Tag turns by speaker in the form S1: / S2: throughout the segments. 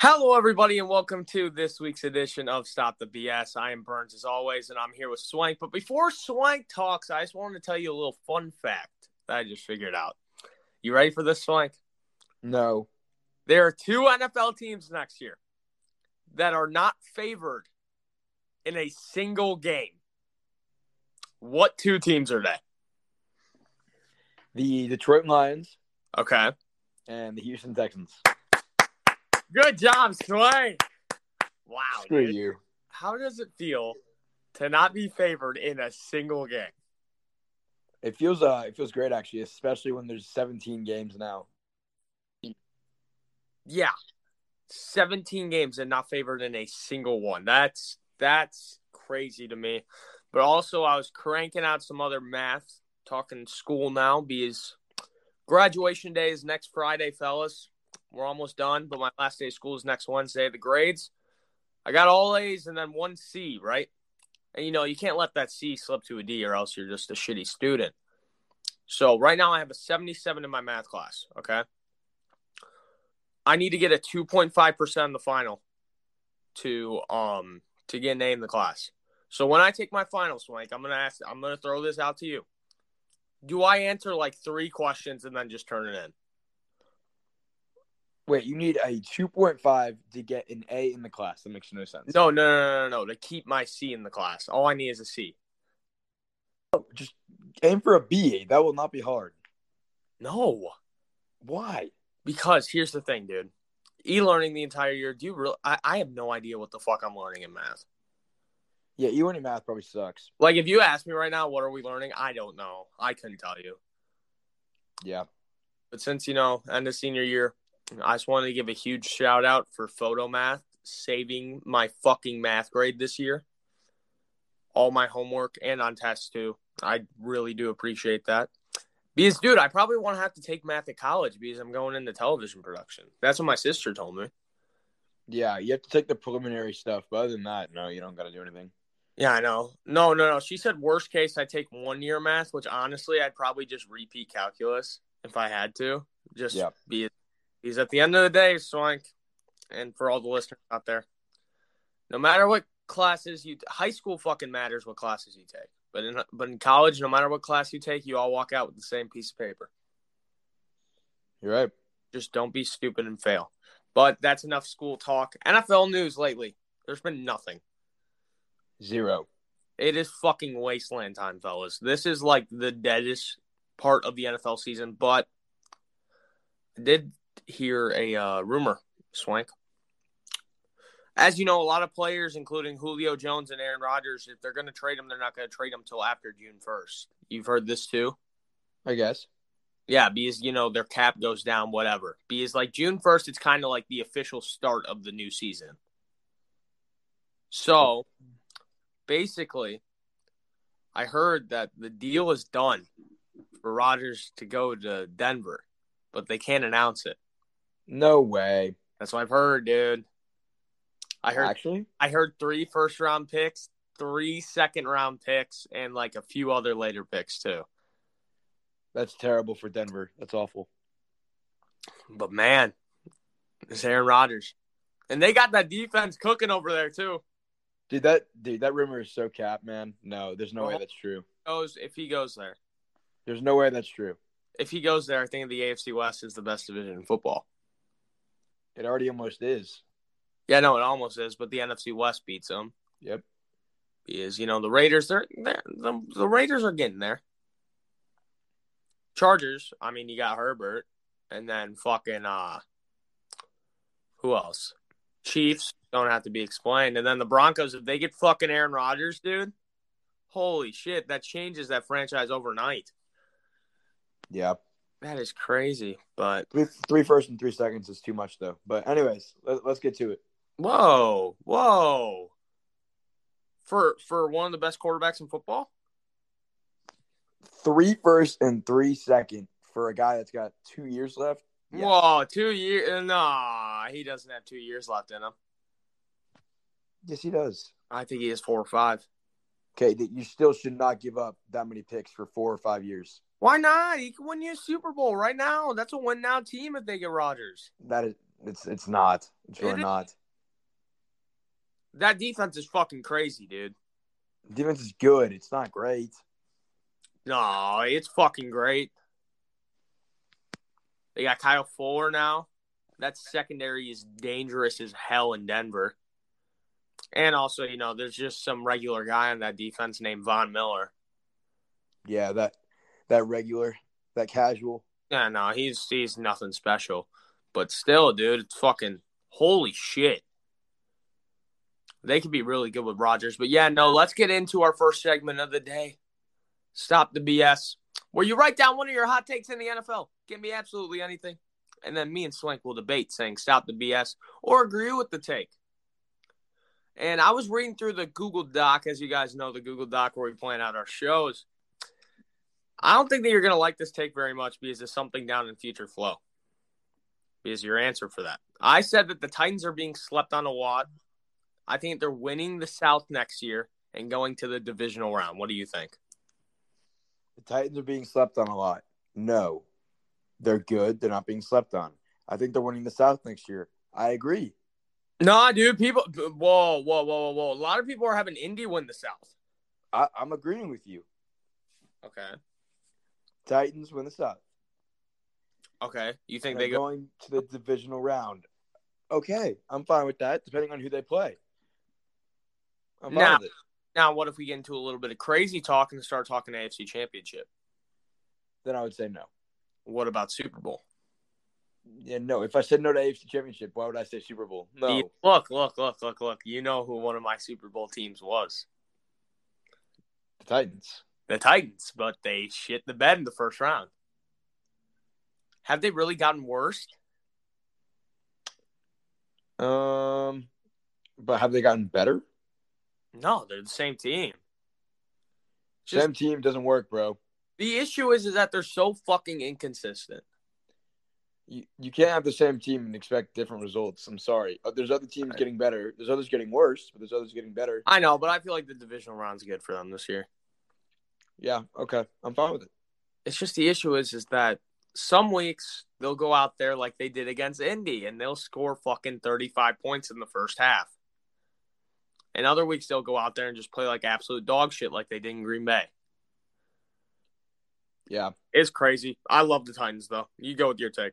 S1: Hello, everybody, and welcome to this week's edition of Stop the BS. I am Burns, as always, and I'm here with Swank. But before Swank talks, I just wanted to tell you a little fun fact that I just figured out. You ready for this, Swank?
S2: No.
S1: There are two NFL teams next year that are not favored in a single game. What two teams are they?
S2: The Detroit Lions
S1: Okay.
S2: and the Houston Texans.
S1: Good job, Swank. Wow.
S2: Screw
S1: dude.
S2: you.
S1: How does it feel to not be favored in a single game?
S2: It feels uh it feels great actually, especially when there's 17 games now.
S1: Yeah. 17 games and not favored in a single one. That's that's crazy to me. But also I was cranking out some other math, talking school now because graduation day is next Friday, fellas. We're almost done, but my last day of school is next Wednesday. The grades. I got all A's and then one C, right? And you know, you can't let that C slip to a D or else you're just a shitty student. So right now I have a 77 in my math class, okay? I need to get a 2.5% in the final to um to get an A in the class. So when I take my final swank, I'm gonna ask I'm gonna throw this out to you. Do I answer like three questions and then just turn it in?
S2: Wait, you need a 2.5 to get an A in the class. That makes no sense.
S1: No, no, no, no, no, no. To keep my C in the class. All I need is a C.
S2: Just aim for a B. That will not be hard.
S1: No.
S2: Why?
S1: Because here's the thing, dude. E learning the entire year, do you really I, I have no idea what the fuck I'm learning in math.
S2: Yeah, you and your math probably sucks.
S1: Like if you ask me right now what are we learning, I don't know. I couldn't tell you.
S2: Yeah.
S1: But since you know, end of senior year, I just wanted to give a huge shout out for photo math saving my fucking math grade this year. All my homework and on tests too. I really do appreciate that. Because dude, I probably won't have to take math at college because I'm going into television production. That's what my sister told me.
S2: Yeah, you have to take the preliminary stuff, but other than that, no, you don't got to do anything.
S1: Yeah, I know. No, no, no. She said worst case I take one year math, which honestly I'd probably just repeat calculus if I had to. Just
S2: Yep.
S1: be because at the end of the day, Swank, and for all the listeners out there, no matter what classes you high school fucking matters what classes you take. But in but in college, no matter what class you take, you all walk out with the same piece of paper.
S2: You're right.
S1: Just don't be stupid and fail. But that's enough school talk. NFL news lately. There's been nothing.
S2: Zero.
S1: It is fucking wasteland time, fellas. This is like the deadest part of the NFL season, but I did hear a uh, rumor, Swank. As you know, a lot of players, including Julio Jones and Aaron Rodgers, if they're going to trade them, they're not going to trade them till after June 1st. You've heard this too?
S2: I guess.
S1: Yeah, because, you know, their cap goes down, whatever. Because, like, June 1st, it's kind of like the official start of the new season. So, basically, I heard that the deal is done for Rodgers to go to Denver, but they can't announce it.
S2: No way.
S1: That's what I've heard, dude. I heard
S2: Actually,
S1: I heard three first round picks, three second round picks, and like a few other later picks too.
S2: that's terrible for Denver. That's awful.
S1: But man, it's Aaron Rodgers. And they got that defense cooking over there too.
S2: Dude, that dude, that rumor is so cap, man. No, there's no way
S1: Well-
S2: that's true.
S1: Goes if he goes there.
S2: There's no way that's true.
S1: If he goes there, I think the AFC West is the best division in football.
S2: It already almost is.
S1: Yeah, no, it almost is, but the NFC West beats them
S2: Yep.
S1: because you know the Raiders. They're, they're the, the Raiders are getting there. Chargers. I mean, you got Herbert, and then fucking uh, who else? Chiefs don't have to be explained, and then the Broncos. If they get fucking Aaron Rodgers, dude, holy shit, that changes that franchise overnight.
S2: Yeah.
S1: That is crazy, but
S2: Three, three first and three seconds is too much though. But anyways, let, let's get to it.
S1: whoa, whoa. For for one of the best quarterbacks in football,
S2: Three first and three second for a guy that's got two years left. Yeah.
S1: Whoa, two years? Nah, he doesn't have two years left in him.
S2: Yes, he does.
S1: I think he is four or five.
S2: Okay, that you still should not give up that many picks for four or five years.
S1: Why not? He can win you a Super Bowl right now. That's a win now team if they get Rodgers.
S2: That is It's it's not. It's
S1: It
S2: really
S1: is.
S2: not.
S1: That defense is fucking crazy, dude.
S2: Defense is good. It's not great.
S1: No, it's fucking great. They got Kyle Fuller now. That secondary is dangerous as hell in Denver. And also, you know, there's just some regular guy on that defense named Von Miller.
S2: Yeah, that that regular, that casual.
S1: Yeah, no, he's he's nothing special. But still, dude, it's fucking holy shit. They could be really good with Rodgers. But yeah, no, let's get into our first segment of the day. Stop the BS. Where you write down one of your hot takes in the NFL. Give me absolutely anything. And then me and Swank will debate saying stop the BS or agree with the take. And I was reading through the Google Doc, as you guys know, the Google Doc where we plan out our shows. I don't think that you're going to like this take very much because it's something down in future flow. Because your answer for that. I said that the Titans are being slept on a lot. I think they're winning the South next year and going to the divisional round. What do you think?
S2: The Titans are being slept on a lot. No, they're good. They're not being slept on. I think they're winning the South next year. I agree.
S1: Nah, dude. People, whoa, whoa, whoa, whoa, whoa. A lot of people are having Indy win the South.
S2: I, I'm agreeing with you.
S1: Okay.
S2: Titans win the South.
S1: Okay. You think
S2: they're
S1: they go?
S2: going to the divisional round. Okay, I'm fine with that. Depending on who they play, I'm fine
S1: Now-
S2: with it.
S1: Now, what if we get into a little bit of crazy talk and start talking AFC Championship?
S2: Then I would say no.
S1: What about Super Bowl?
S2: Yeah, no. If I said no to AFC Championship, why would I say Super Bowl? No,
S1: You- Look, look, look, look, look. You know who one of my Super Bowl teams was.
S2: the Titans.
S1: the Titans, but they shit the bed in the first round. Have they really gotten worse?
S2: Um, but have they gotten better?
S1: No, they're the same team. Just-
S2: Same team doesn't work, bro.
S1: The issue is, is that they're so fucking inconsistent.
S2: You, you can't have the same team and expect different results. I'm sorry. Uh, There's other teams getting better. There's others getting worse, but there's others getting better.
S1: I know, but I feel like the divisional round's good for them this year.
S2: Yeah, okay. I'm fine with it.
S1: It's just the issue is, is that some weeks they'll go out there like they did against Indy and they'll score fucking 35 points in the first half. And other weeks they'll go out there and just play like absolute dog shit like they did in Green Bay.
S2: Yeah.
S1: It's crazy. I love the Titans though. You go with your take.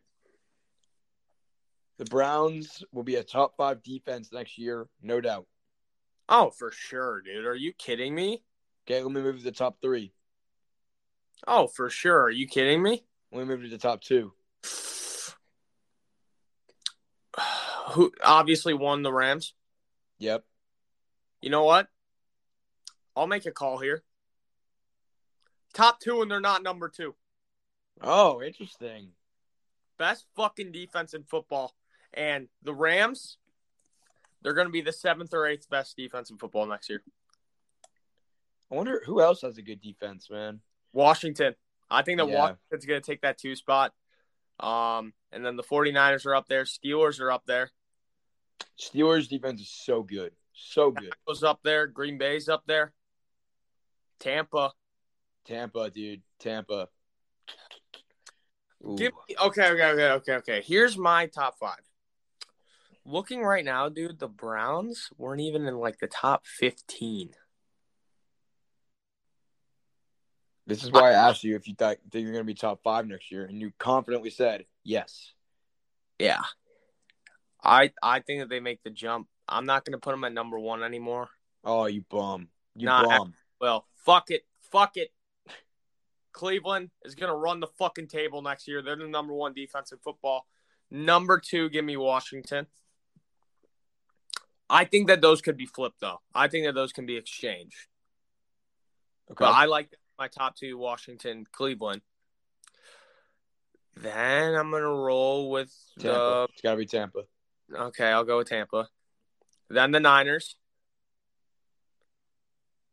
S2: The Browns will be a top five defense next year, no doubt.
S1: Oh, for sure, dude. Are you kidding me?
S2: Okay, let me move to the top three.
S1: Oh, for sure. Are you kidding me?
S2: Let me move to the top two.
S1: Who obviously won the Rams?
S2: Yep.
S1: You know what? I'll make a call here. Top two, and they're not number two.
S2: Oh, interesting.
S1: Best fucking defense in football. And the Rams, they're going to be the seventh or eighth best defense in football next year.
S2: I wonder who else has a good defense, man.
S1: Washington. I think that
S2: Yeah.
S1: Washington's going to take that two spot. Um, and then the 49ers are up there. Steelers are up there.
S2: Steelers defense is so good. So good.
S1: Broncos up there. Green Bay's up there. Tampa.
S2: Tampa, dude. Tampa. Ooh.
S1: Give me, okay, okay, okay, okay, okay. Here's my top five. Looking right now, dude, the Browns weren't even in like the top 15.
S2: This is why I asked you if you thought think you're going to be top five next year, and you confidently said yes.
S1: Yeah. I I think that they make the jump. I'm not going to put them at number one anymore.
S2: Oh, you bum! You
S1: Nah, I-
S2: bum!
S1: Well, fuck it. Fuck it. Cleveland is going to run the fucking table next year. They're the number one defense in football. Number two, give me Washington. I think that those could be flipped, though. I think that those can be exchanged.
S2: Okay,
S1: But I like my top two Washington, Cleveland. Then I'm going to roll with
S2: Tampa.
S1: the.
S2: it's got to be Tampa.
S1: Okay, I'll go with Tampa. Then the Niners.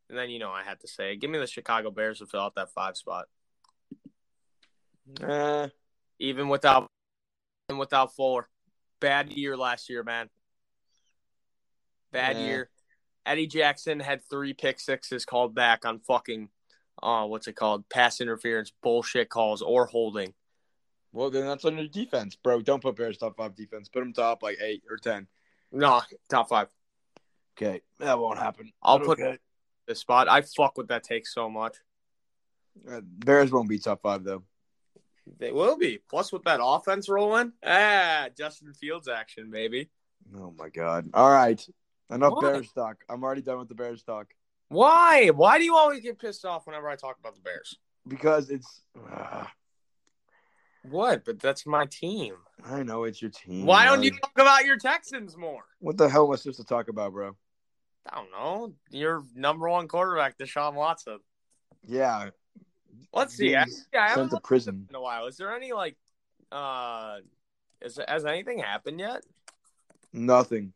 S1: And then, you know, I had to say, give me the Chicago Bears to fill out that five spot.
S2: Uh,
S1: even without and without Fuller. Bad year last year, man. Bad
S2: Yeah.
S1: year. Eddie Jackson had three pick sixes called back on fucking uh what's it called? Pass interference, bullshit calls or holding.
S2: Well, then that's under defense, bro. Don't put Bears top five defense. Put them top like eight or ten.
S1: No, top five.
S2: Okay, that won't happen.
S1: I'll
S2: But
S1: put-
S2: okay.
S1: The spot. I fuck with that take so much.
S2: Uh, Bears won't be top five though.
S1: They will be. Plus, with that offense rolling, ah, Justin Fields action, baby.
S2: Oh my god! All right, enough
S1: Why?
S2: Bears talk. I'm already done with the Bears talk
S1: Why? Why do you always get pissed off whenever I talk about the Bears?
S2: because it's. ah,
S1: What? But that's my team.
S2: I know it's your team.
S1: Why don't you
S2: like,
S1: talk about your Texans more?
S2: What the hell am I supposed to talk about, bro?
S1: I don't know. Your number one quarterback, Deshaun Watson.
S2: Yeah,
S1: Let's see.
S2: Being
S1: I, yeah, I
S2: sent
S1: haven't
S2: to
S1: looked
S2: prison.
S1: in a while. Is there any like, uh, is has anything happened yet?
S2: Nothing.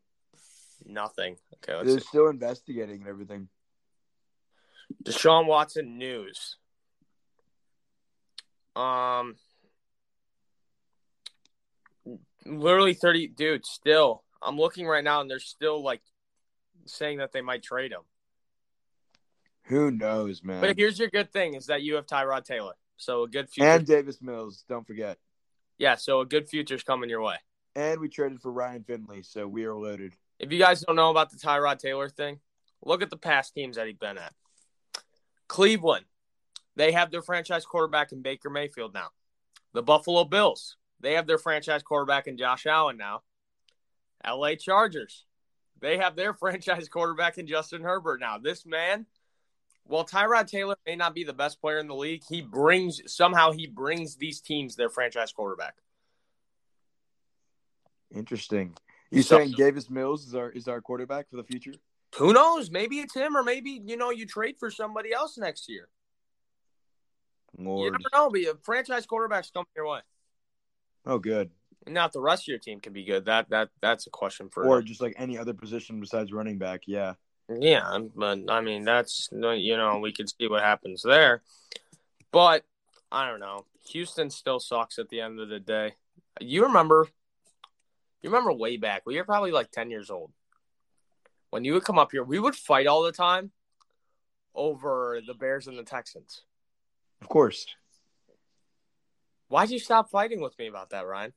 S1: Nothing. Okay. Let's
S2: They're
S1: see.
S2: still investigating and everything.
S1: Deshaun Watson news. Um, literally thirty, dude. Still, I'm looking right now, and they're still like saying that they might trade him.
S2: Who knows, man?
S1: But here's your good thing: is that you have Tyrod Taylor, so a good future.
S2: and Davis Mills, don't forget.
S1: yeah, so a good future's coming your way.
S2: And we traded for Ryan Finley, so we are loaded.
S1: If you guys don't know about the Tyrod Taylor thing, look at the past teams that he's been at. Cleveland, they have their franchise quarterback in Baker Mayfield now. The Buffalo Bills, they have their franchise quarterback in Josh Allen now. LA Chargers, they have their franchise quarterback in Justin Herbert now. This man, while Tyrod Taylor may not be the best player in the league, he brings somehow he brings these teams their franchise quarterback.
S2: Interesting. You
S1: So-
S2: saying Davis Mills is our is our quarterback for the future?
S1: Who knows? Maybe it's him, or maybe you know you trade for somebody else next year. You
S2: Lord.
S1: never know, but a franchise quarterback's coming your way.
S2: Oh good.
S1: Now, if the rest of your team can be good, that that that's a question for.
S2: Or just like any other position besides running back, yeah.
S1: yeah, but I mean, that's you know we could see what happens there, but I don't know. Houston still sucks at the end of the day. You remember? You remember way back? We were probably like ten years old when you would come up here. We would fight all the time over the Bears and the Texans.
S2: Of course.
S1: Why'd you stop fighting with me about that, Ryan?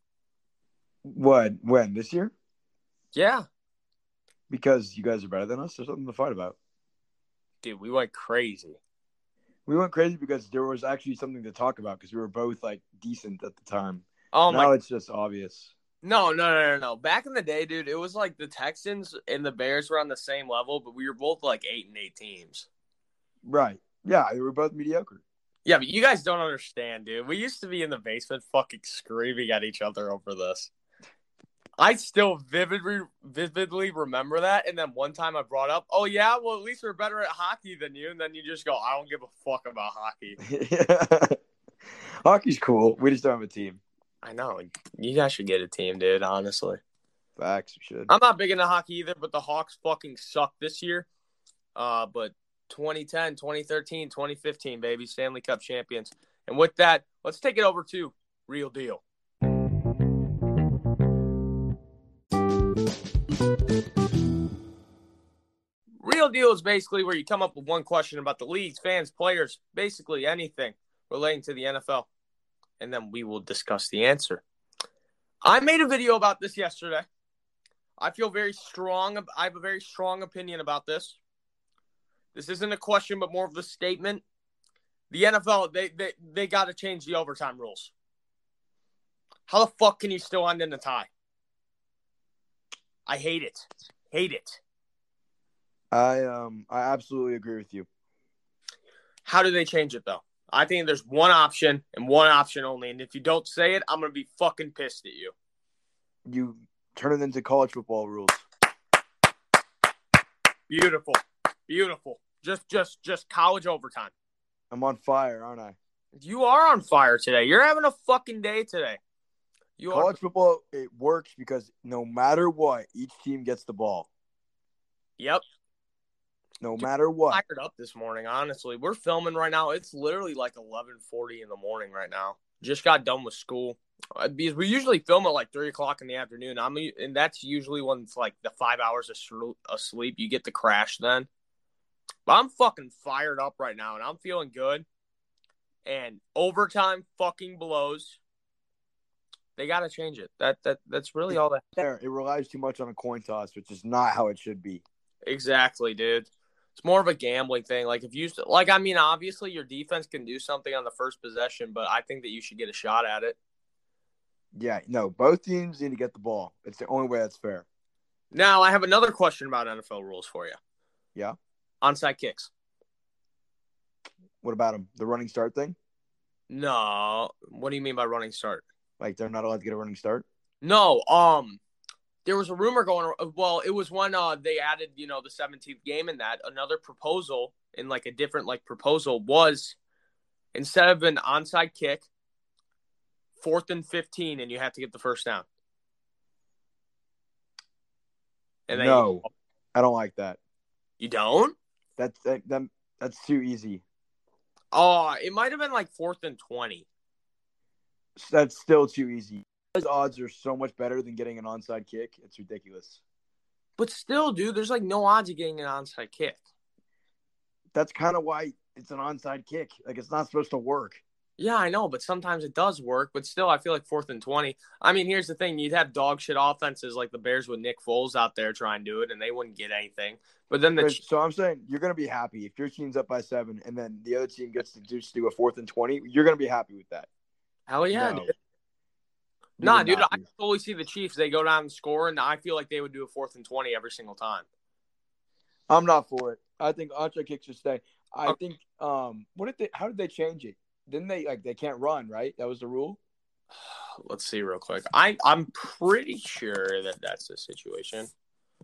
S2: What? When? This year?
S1: Yeah,
S2: Because you guys are better than us. There's something to fight about.
S1: dude, we went crazy.
S2: We went crazy because there was actually something to talk about because we were both like decent at the time.
S1: Oh my
S2: now it's just obvious.
S1: No, no, no, no, no. Back in the day, dude, it was like the Texans and the Bears were on the same level, but we were both like eight and eight teams.
S2: Right. Yeah, we were both mediocre.
S1: Yeah, but you guys don't understand, dude. We used to be in the basement fucking screaming at each other over this. I still vividly vividly remember that. And then one time I brought up, oh yeah, well at least we're better at hockey than you. And then you just go, I don't give a fuck about hockey.
S2: Hockey's cool. We just don't have a team.
S1: I know. You guys should get a team, dude, honestly.
S2: Facts, we should.
S1: I'm not big into hockey either, but the Hawks fucking suck this year. Uh, but 2010, 2013, 2015, baby, Stanley Cup champions. And with that, let's take it over to Real Deal. Real Deal is basically where you come up with one question about the leagues, fans, players, basically anything relating to the NFL, and then we will discuss the answer. I made a video about this yesterday. I feel very strong. ab- I have a very strong opinion about this. This isn't a question, but more of the statement. The NFL, they they, they got to change the overtime rules. How the fuck can you still end in a tie? I hate it. Hate it.
S2: I um I absolutely agree with you.
S1: How do they change it though? I think there's one option and one option only. And if you don't say it, I'm gonna be fucking pissed at you.
S2: You turn it into college football rules.
S1: Beautiful, beautiful. Just, just, just college overtime.
S2: I'm on fire, aren't I?
S1: You are on fire today. You're having a fucking day today. You are.
S2: College football it works because no matter what, each team gets the ball.
S1: Yep.
S2: No matter what.
S1: Fired up this morning. Honestly, we're filming right now. It's literally like 11:40 in the morning right now. Just got done with school. Uh, Because we usually film at like three o'clock in the afternoon. I'm and that's usually when it's like the five hours of sl- of sleep. You get the crash then. But I'm fucking fired up right now, and I'm feeling good. And overtime fucking blows. They got to change it. That that that's really all that.
S2: There, it relies too much on a coin toss, which is not how it should be.
S1: Exactly, dude. It's more of a gambling thing. Like if you like, I mean, obviously your defense can do something on the first possession, but I think that you should get a shot at it.
S2: Yeah, no, both teams need to get the ball. It's the only way that's fair.
S1: Now I have another question about NFL rules for you.
S2: Yeah.
S1: Onside kicks.
S2: What about them? The running start thing?
S1: No. What do you mean by running start?
S2: Like they're not allowed to get a running start?
S1: No. Um, there was a rumor going. Well, it was when uh they added you know the 17th game in that another proposal in like a different like proposal was instead of an onside kick, fourth and 15, and you have to get the first down. then
S2: no, I don't like that.
S1: you don't.
S2: That's that, that, that's too easy.
S1: Oh, it might have been like fourth and 20.
S2: That's still too easy. Those odds are so much better than getting an onside kick. It's ridiculous.
S1: But still, dude, there's like no odds of getting an onside kick.
S2: That's kind of why it's an onside kick. Like it's not supposed to work.
S1: Yeah, I know, but sometimes it does work. But still, I feel like fourth and 20. I mean, here's the thing you'd have dog shit offenses like the Bears with Nick Foles out there trying to do it, and they wouldn't get anything. But then the.
S2: But- so I'm saying you're going to be happy if your team's up by seven, and then the other team gets to just do a fourth and twenty. You're going to be happy with that.
S1: hell yeah.
S2: No.
S1: Dude. Nah,
S2: You
S1: dude,
S2: would
S1: I
S2: not be.
S1: totally see the Chiefs. They go down and score, and I feel like they would do a fourth and 20 every single time.
S2: I'm not for it. I think onside kicks should stay. I
S1: Okay.
S2: think. Um, what did they? How did they change it? Didn't they like they can't run? Right, that was the rule.
S1: Let's see real quick. I, I'm pretty sure that that's the situation.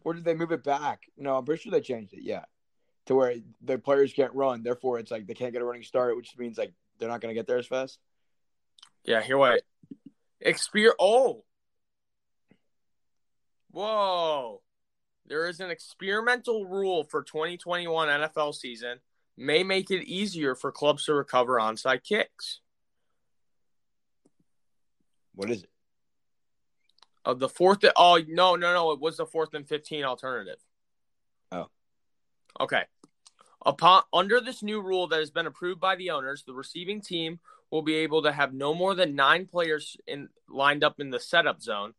S2: Or did they move it back? No, I'm pretty sure they changed it. Yeah, to where the players can't run, therefore it's like they can't get a running start, which means like they're not going to get there as fast.
S1: Yeah, here what? Exper oh. Whoa. There is an experimental rule for 2021 NFL season may make it easier for clubs to recover onside kicks.
S2: What is it?
S1: Of the fourth oh no, no, no, it was the fourth and 15 alternative.
S2: Oh.
S1: Okay. Upon under this new rule that has been approved by the owners, the receiving team will be able to have no more than nine players in lined up in the setup zone,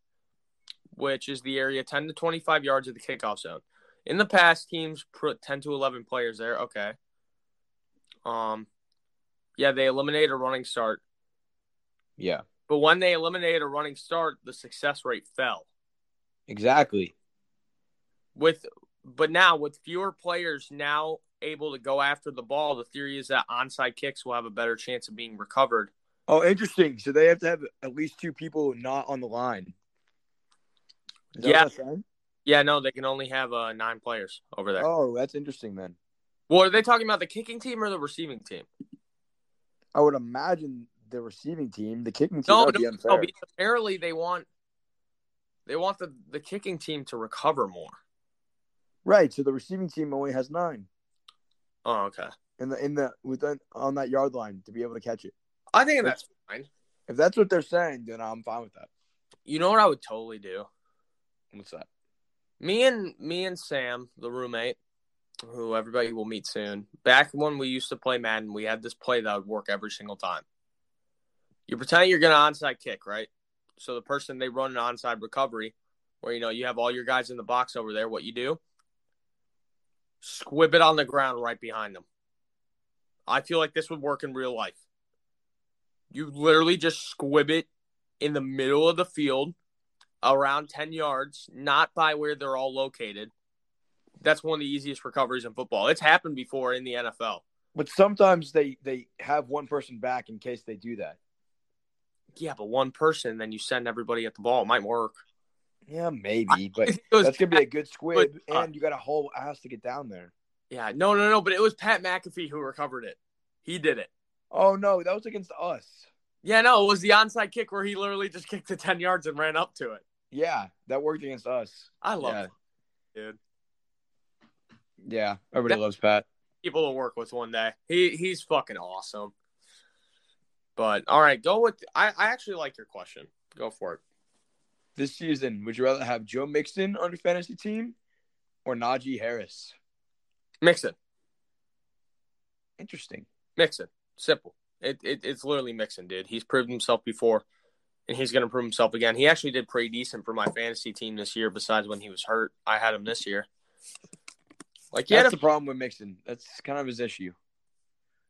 S1: which is the area 10 to 25 yards of the kickoff zone. In the past, teams put 10 to 11 players there. Okay. Um, yeah, they eliminate a running start,
S2: Yeah,
S1: but when they eliminated a running start, the success rate fell.
S2: exactly.
S1: with but now with fewer players now able to go after the ball the theory is that onside kicks will have a better chance of being recovered
S2: Oh, interesting. So they have to have at least two people not on the line. Is that what
S1: Yeah.
S2: that's saying?
S1: yeah no they can only have uh, nine players over there
S2: Oh, that's interesting then.
S1: well are they talking about the kicking team or the receiving team
S2: I would imagine the receiving team, the kicking team,
S1: No,
S2: that would be
S1: no
S2: unfair.
S1: because apparently they want they want the, the kicking team to recover more
S2: Right. So the receiving team only has nine
S1: oh okay
S2: in the in the within on that yard line to be able to catch it.
S1: i think that's fine
S2: If that's what they're saying, then I'm fine with that.
S1: you know what i would totally do
S2: What's that?
S1: me and me and Sam, the roommate, who everybody will meet soon. Back when we used to play Madden, we had this play that would work every single time. You pretend you're gonna onside kick, right? So the person they run an onside recovery, where you know you have all your guys in the box over there. What you do? Squib it on the ground right behind them. I feel like this would work in real life. You literally just squib it in the middle of the field around 10 yards, not by where they're all located. That's one of the easiest recoveries in football. It's happened before in the NFL.
S2: But sometimes they they have one person back in case they do that.
S1: Yeah, but one person, then you send everybody at the ball. It might work.
S2: Yeah, maybe, but
S1: It was
S2: that's gonna be a good squib,
S1: but, uh,
S2: and you got a whole ass to get down there.
S1: yeah, no, no, no, but it was Pat McAfee who recovered it. He did it.
S2: Oh no, that was against us.
S1: Yeah, no, it was the onside kick where he literally just kicked it 10 yards and ran up to it.
S2: Yeah, that worked against us.
S1: I love
S2: Yeah.
S1: dude.
S2: Yeah, everybody
S1: That-
S2: loves Pat.
S1: people to work with one day. He he's fucking awesome. But all right, go with I, I actually like your question. Go for it.
S2: This season, would you rather have Joe Mixon on your fantasy team or Najee Harris?
S1: Mix it.
S2: Interesting.
S1: Mixon. Simple. It, it it's literally Mixon, dude. He's proved himself before. and he's going to prove himself again. He actually did pretty decent for my fantasy team this year. Besides when he was hurt, I had him this year. Like yeah,
S2: That's the problem with Mixon. That's kind of his issue.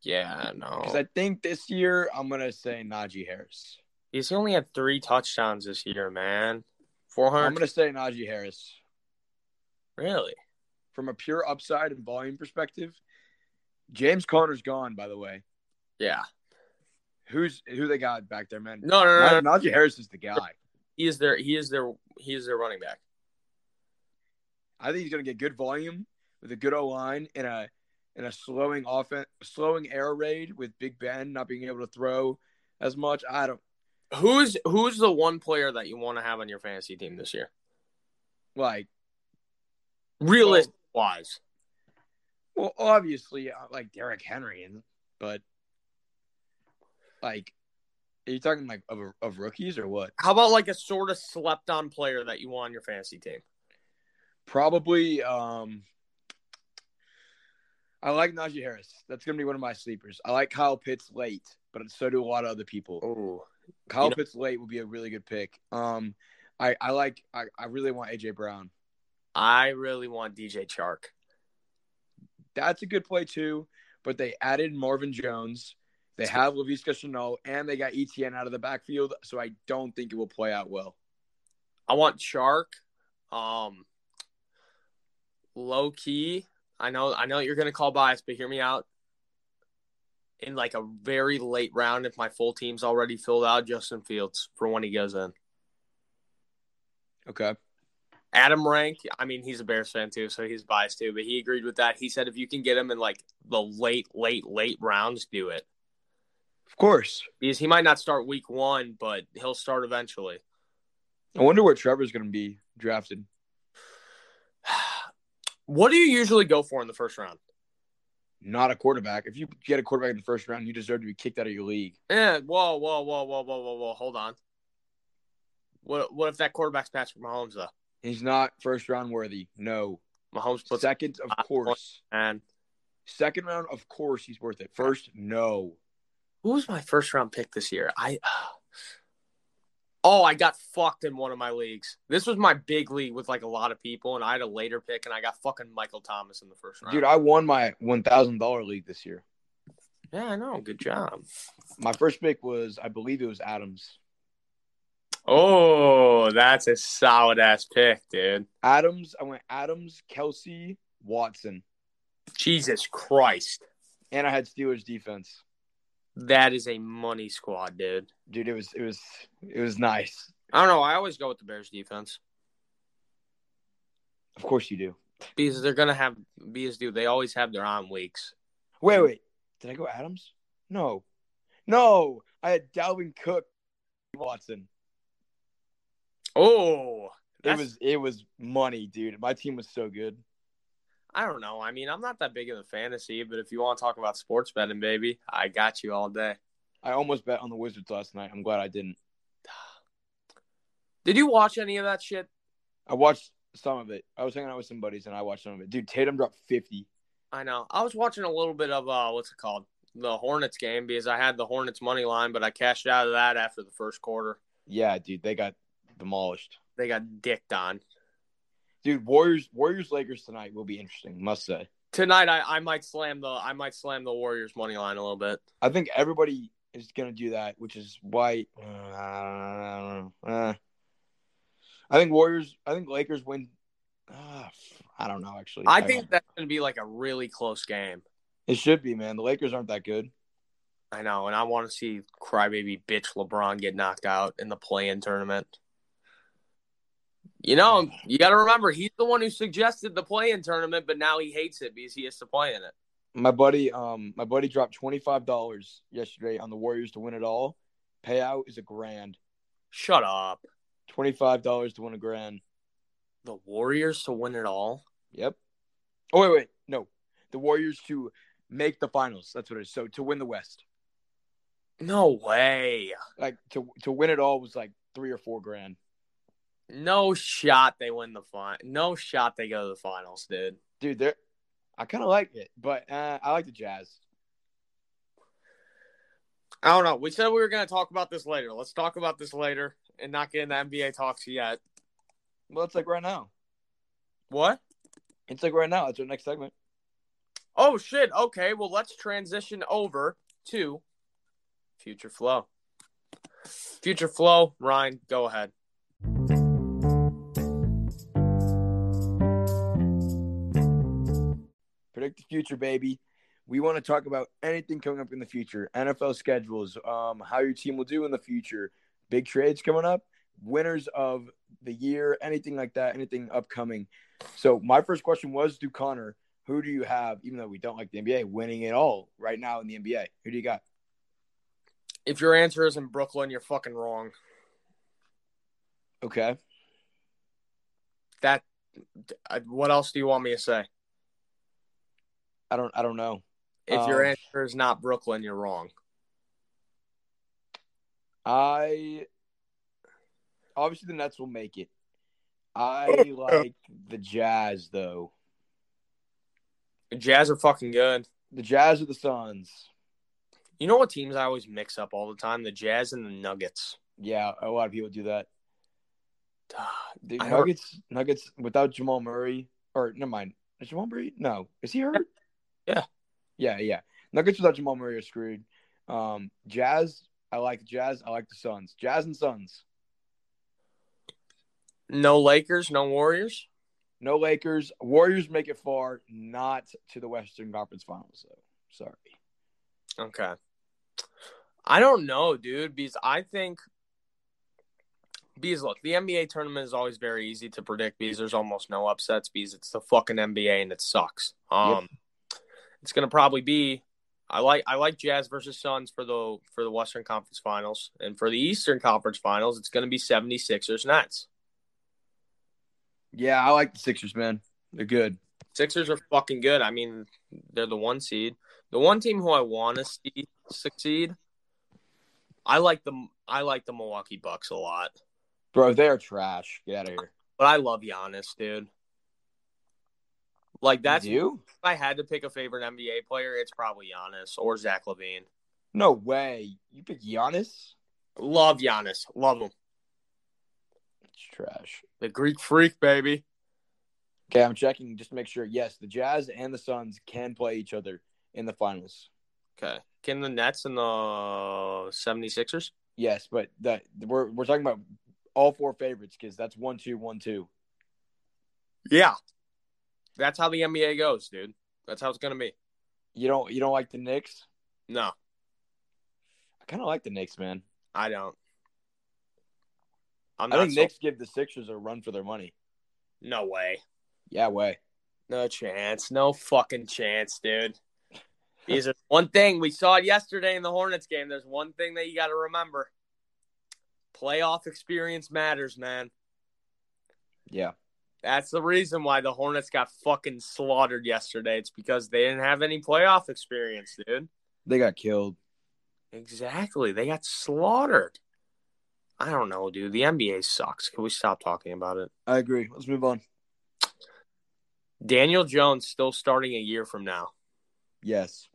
S1: yeah, no.
S2: Because I think this year I'm gonna say Najee Harris.
S1: He's only had three touchdowns this year, man. Four
S2: I'm
S1: hundred.
S2: gonna say Najee Harris
S1: Really?
S2: from a pure upside and volume perspective. James Conner's gone, by the way.
S1: Yeah.
S2: Who's who they got back there, man?
S1: No, no, no. no,
S2: Na-
S1: no.
S2: Najee Harris is the guy.
S1: He is their. He is their. He is their running back.
S2: I think he's going to get good volume with a good O line and a and a slowing offense, slowing air raid with Big Ben not being able to throw as much. I don't.
S1: Who's Who's the one player that you want to have on your fantasy team this year?
S2: like
S1: Realistic wise.
S2: well obviously I like Derrick Henry and but like are you talking like of, of rookies or what
S1: How about like a sort of slept on player that you want on your fantasy team?
S2: probably um I like Najee Harris that's gonna be one of my sleepers I like Kyle Pitts late but so do a lot of other people
S1: Oh,
S2: Kyle
S1: you know-
S2: Pitts late would be a really good pick um I I like I, I really want AJ Brown
S1: I really want DJ Chark.
S2: that's a good play too but they added Marvin Jones they have LaVisca Chenault and they got ETN out of the backfield, so I don't think it will play out well.
S1: I want Chark. Um, low key. I know. I know you're gonna call bias, but hear me out. In like a very late round, if my full team's already filled out, Justin Fields for when he goes in.
S2: Okay.
S1: Adam Rank, I mean, he's a Bears fan too, so he's biased too, but he agreed with that. He said if you can get him in like the late, late, late rounds, do it.
S2: Of course.
S1: Because he might not start week one, but he'll start eventually.
S2: I wonder where Trevor's going to be drafted.
S1: what do you usually go for in the first round?
S2: Not a quarterback. If you get a quarterback in the first round, you deserve to be kicked out of your league.
S1: Eh, whoa, whoa, whoa, whoa, whoa, whoa, whoa. Hold on. What what if that quarterback's Patrick Mahomes though?
S2: He's not first round worthy. No.
S1: Mahomes puts
S2: Second, of course.
S1: and
S2: Second round, of course, he's worth it. First, no.
S1: who was my first round pick this year? I oh, I got fucked in one of my leagues. This was my big league with like a lot of people, and I had a later pick, and I got fucking Michael Thomas in the first round.
S2: Dude, I won my $1,000 league this year.
S1: yeah, I know. Good job.
S2: My first pick was, I believe it was Adams.
S1: Oh, that's a solid ass pick, dude.
S2: Adams, I went Adams, Kelsey, Watson.
S1: Jesus Christ,
S2: And I had Steelers defense.
S1: that is a money squad, dude.
S2: Dude, it was it was it was nice.
S1: I don't know. I always go with the Bears defense.
S2: Of course you do.
S1: Because they're gonna have because dude, they always have their on weeks.
S2: Wait, wait. Did I go Adams? No. No. I had Dalvin Cook Watson.
S1: Oh, that's,
S2: It was it was money, dude. My team was so good.
S1: I don't know. I mean, I'm not that big of a fantasy, but if you want to talk about sports betting, baby, I got you all day.
S2: I almost bet on the Wizards last night. I'm glad I didn't.
S1: Did you watch any of that shit?
S2: I watched some of it. I was hanging out with some buddies and I watched some of it. Dude, Tatum dropped 50.
S1: I know. I was watching a little bit of uh, what's it called, the Hornets game, because I had the Hornets money line, but I cashed out of that after the first quarter.
S2: Yeah, dude, they got demolished.
S1: They got dicked on
S2: Dude, Warriors Warriors Lakers tonight will be interesting, must say.
S1: tonight. I, I might slam the I might slam the Warriors money line a little bit.
S2: I think everybody is going to do that, which is why uh, I don't know. Uh, I think Warriors. I think Lakers win. Uh, I don't know. Actually,
S1: I
S2: don't
S1: think
S2: know.
S1: that's gonna be like a really close game.
S2: it should be man. The Lakers aren't that good.
S1: I know, and I want to see crybaby bitch LeBron get knocked out in the play-in tournament. You know, you got to remember he's the one who suggested the play-in tournament, but now he hates it because he has to play in it.
S2: My buddy, um, my buddy dropped twenty five dollars yesterday on the Warriors to win it all. Payout is a grand.
S1: Shut up.
S2: Twenty five dollars to win a grand.
S1: The Warriors to win it all.
S2: Yep. Oh wait, wait, no. The Warriors to make the finals. That's what it is. So to win the West,
S1: No way.
S2: like to to win it all was like three or four grand.
S1: No shot they win the final. No shot they go to the finals, dude.
S2: dude. They're I kind of like it, but uh, I like the Jazz.
S1: I don't know. We said we were going to talk about this later. Let's talk about this later and not get into NBA talks yet.
S2: Well, it's like right now.
S1: What?
S2: It's like right now. It's our next segment.
S1: Oh, shit. Okay. Well, let's transition over to Future Flow. Future Flow, Ryan, go ahead.
S2: Predict the future, baby. We want to talk about anything coming up in the future NFL schedules, um, how your team will do in the future, big trades coming up, winners of the year, anything like that, anything upcoming. So, my first question was to Connor who do you have, even though we don't like the NBA, winning it all right now in the NBA? Who do you got?
S1: If your answer is in Brooklyn, you're fucking wrong.
S2: Okay.
S1: That. I- What else do you want me to say?
S2: I don't I don't know.
S1: If your
S2: Um,
S1: answer is not Brooklyn, you're wrong.
S2: I obviously the Nets will make it. I like the Jazz though.
S1: The Jazz are fucking good.
S2: The Jazz or the Suns.
S1: You know what teams I always mix up all the time? The Jazz and the Nuggets.
S2: Yeah, a lot of people do that. The
S1: I don't-
S2: Nuggets Nuggets without Jamal Murray or never mind. Is Jamal Murray? No. Is he hurt?
S1: Yeah.
S2: Yeah, yeah. Nuggets without Jamal Murray are screwed. Um Jazz, I like the Jazz, I like the Suns. Jazz and Suns.
S1: No Lakers, no Warriors.
S2: No Lakers. Warriors make it far, not to the Western Conference Finals though. Sorry.
S1: Okay. I don't know, dude, because I think because look, the NBA tournament is always very easy to predict because there's almost no upsets because it's the fucking NBA and it sucks. Um it's gonna probably be I like I like Jazz versus Suns for the for the Western Conference Finals. And for the Eastern Conference Finals, it's gonna be 76ers Nets.
S2: Yeah, I like the Sixers, man. They're good.
S1: Sixers are fucking good. I mean, they're the one seed. The one team who I want to see succeed. I like the I like the Milwaukee Bucks a lot,
S2: Bro, they are trash. Get out of here.
S1: but I love Giannis, dude. Like that's if
S2: you?
S1: I had to pick a favorite NBA player, it's probably Giannis or Zach Levine.
S2: No way. You pick Giannis?
S1: Love Giannis, love him.
S2: It's trash.
S1: The Greek freak, baby.
S2: Okay, I'm checking just to make sure. Yes, the Jazz and the Suns can play each other in the finals.
S1: Okay, can the Nets and the 76ers?
S2: Yes, but that we're we're talking about all four favorites because that's one two one two.
S1: Yeah, that's how the NBA goes, dude. That's how it's gonna be.
S2: You don't you don't like the Knicks?
S1: No,
S2: I kind of like the Knicks, man.
S1: I don't. I'm
S2: I
S1: not
S2: think
S1: so-
S2: Knicks give the Sixers a run for their money.
S1: No way.
S2: Yeah, way.
S1: No chance. No fucking chance, dude. Because there's one thing we saw it yesterday in the Hornets game. There's one thing that you got to remember. Playoff experience matters, man.
S2: Yeah.
S1: That's the reason why the Hornets got fucking slaughtered yesterday. It's because they didn't have any playoff experience, dude.
S2: They got killed.
S1: Exactly. They got slaughtered. I don't know, dude. The NBA sucks. Can we stop talking about it?
S2: I agree. Let's move on.
S1: Daniel Jones still starting a year from now.
S2: Yes.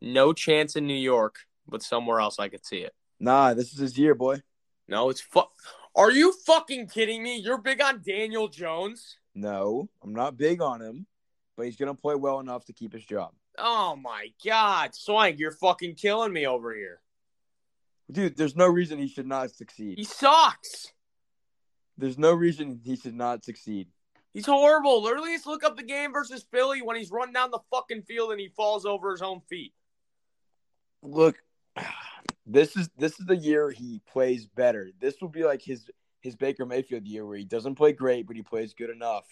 S1: No chance in New York, but somewhere else I could see it.
S2: Nah, this is his year, boy.
S1: No, it's fu- Are you fucking kidding me? You're big on Daniel Jones?
S2: No, I'm not big on him, but he's gonna play well enough to keep his job.
S1: Oh my god, Swank, you're fucking killing me over here.
S2: Dude, there's no reason he should not
S1: He
S2: succeed.
S1: sucks.
S2: There's no reason he should not succeed.
S1: He's horrible. Literally, just look up the game versus Philly when he's run down the fucking field and he falls over his own feet.
S2: Look, this is this is the year he plays better. This will be like his his Baker Mayfield year where he doesn't play great, but he plays good enough.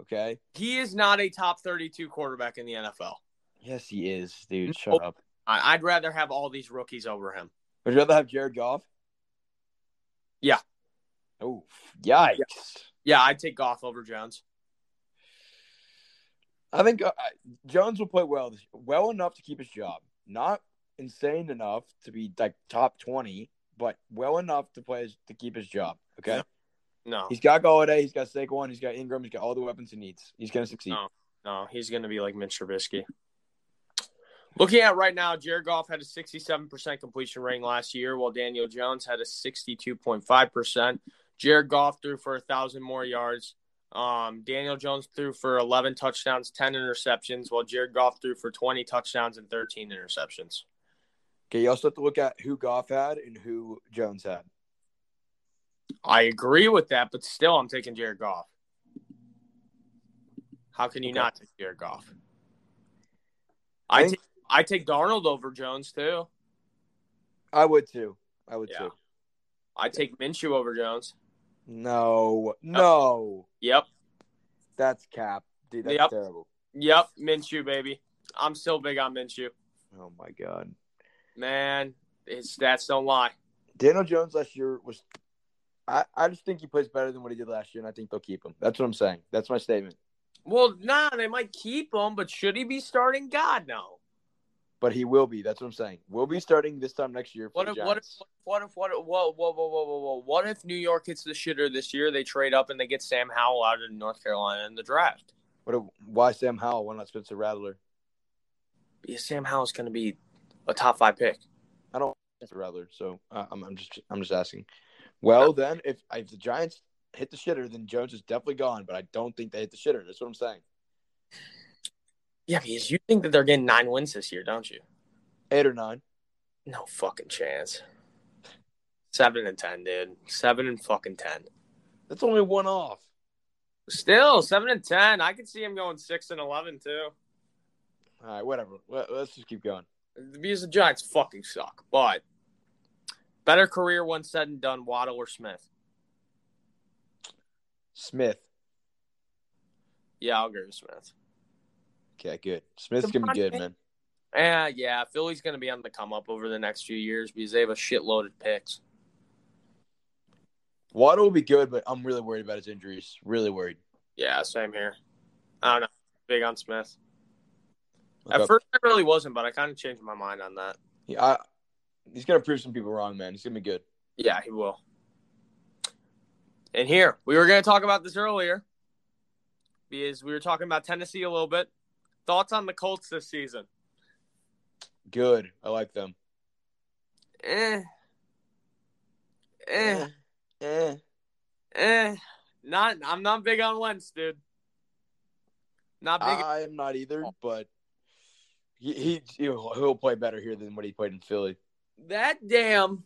S2: Okay?
S1: He is not a top 32 quarterback in the NFL.
S2: Yes, he is, dude. Shut
S1: Nope.
S2: up.
S1: I- I'd rather have all these rookies over him.
S2: Would you rather have Jared Goff?
S1: Yeah.
S2: Oh, yikes.
S1: Yeah, I'd take Goff over Jones.
S2: I think uh, Jones will play well, this- well enough to keep his job. Not insane enough to be like top twenty, but well enough to play his, to keep his job. Okay,
S1: Yeah. No,
S2: he's got Galladay, he's got Saquon, he's got Ingram, he's got all the weapons he needs. He's gonna succeed.
S1: No. no, he's going to be like Mitch Trubisky. Looking at right now, Jared Goff had a 67% completion rating last year, while Daniel Jones had a 62.5%. Jared Goff threw for a 1,000 more yards. Um, Daniel Jones threw for 11 touchdowns, 10 interceptions, while Jared Goff threw for 20 touchdowns and 13 interceptions.
S2: Okay, you also have to look at who Goff had and who Jones had.
S1: I agree with that, but still, I'm taking Jared Goff. How can you
S2: Okay.
S1: not take Jared Goff? I
S2: Thank-
S1: take, I take Darnold over Jones too.
S2: I would too. I would
S1: Yeah.
S2: too.
S1: I take Minshew over Jones.
S2: No, no,
S1: Yep,
S2: that's cap, dude. That's
S1: Yep.
S2: terrible.
S1: yep, Minshew baby. I'm still big on Minshew.
S2: Oh my god.
S1: Man, his stats don't lie.
S2: Daniel Jones last year was. I, I just think he plays better than what he did last year, and I think they'll keep him. That's what I'm saying. That's my statement.
S1: Well, nah, they might keep him, but should he be starting? God no.
S2: But he will be. That's what I'm saying. We'll be starting this time next year. For
S1: What
S2: the
S1: if, what if
S2: Giants.
S1: what if what if whoa whoa whoa whoa whoa whoa what if New York hits the shitter this year? They trade up and they get Sam Howell out of North Carolina in the draft.
S2: What if, why Sam Howell? Why not Spencer Rattler?
S1: Because Sam Howell's going to be a top five pick.
S2: I don't Spencer Rattler, so uh, I'm, I'm just I'm just asking. Well, then if if the Giants hit the shitter, then Jones is definitely gone. But I don't think they hit the shitter. That's what I'm saying.
S1: Yeah, because you think that they're getting nine wins this year, don't you?
S2: Eight or nine.
S1: No fucking chance. Seven and ten, dude. Seven and fucking ten.
S2: That's only one off.
S1: Still seven and ten. I could see him going six and eleven too.
S2: All right, whatever. Let, let's just keep going.
S1: Because the Giants fucking suck. But better career when said and done, Waddle or Smith.
S2: Smith.
S1: Yeah, I'll agree with Smith.
S2: Okay, good. Smith's gonna be good, man.
S1: Yeah, Eh, yeah. Philly's going to be on the come up over the next few years because they have a shitload of picks.
S2: Waddle will be good, but I'm really worried about his injuries. Really worried.
S1: Yeah, same here. I don't know. Big on Smith.
S2: Okay.
S1: At first, I really wasn't, but I kind of changed my mind on that.
S2: Yeah, I, he's gonna prove some people wrong, man. He's gonna be good.
S1: Yeah, he will. And here, we were going to talk about this earlier because we were talking about Tennessee a little bit. Thoughts on the Colts this season?
S2: Good. I like them.
S1: Eh. Eh.
S2: Eh.
S1: Eh. Not, I'm not big on Wentz, dude. Not big.
S2: I, am not either,
S1: Oh.
S2: but he, he he'll, he'll play better here than what he played in Philly.
S1: that damn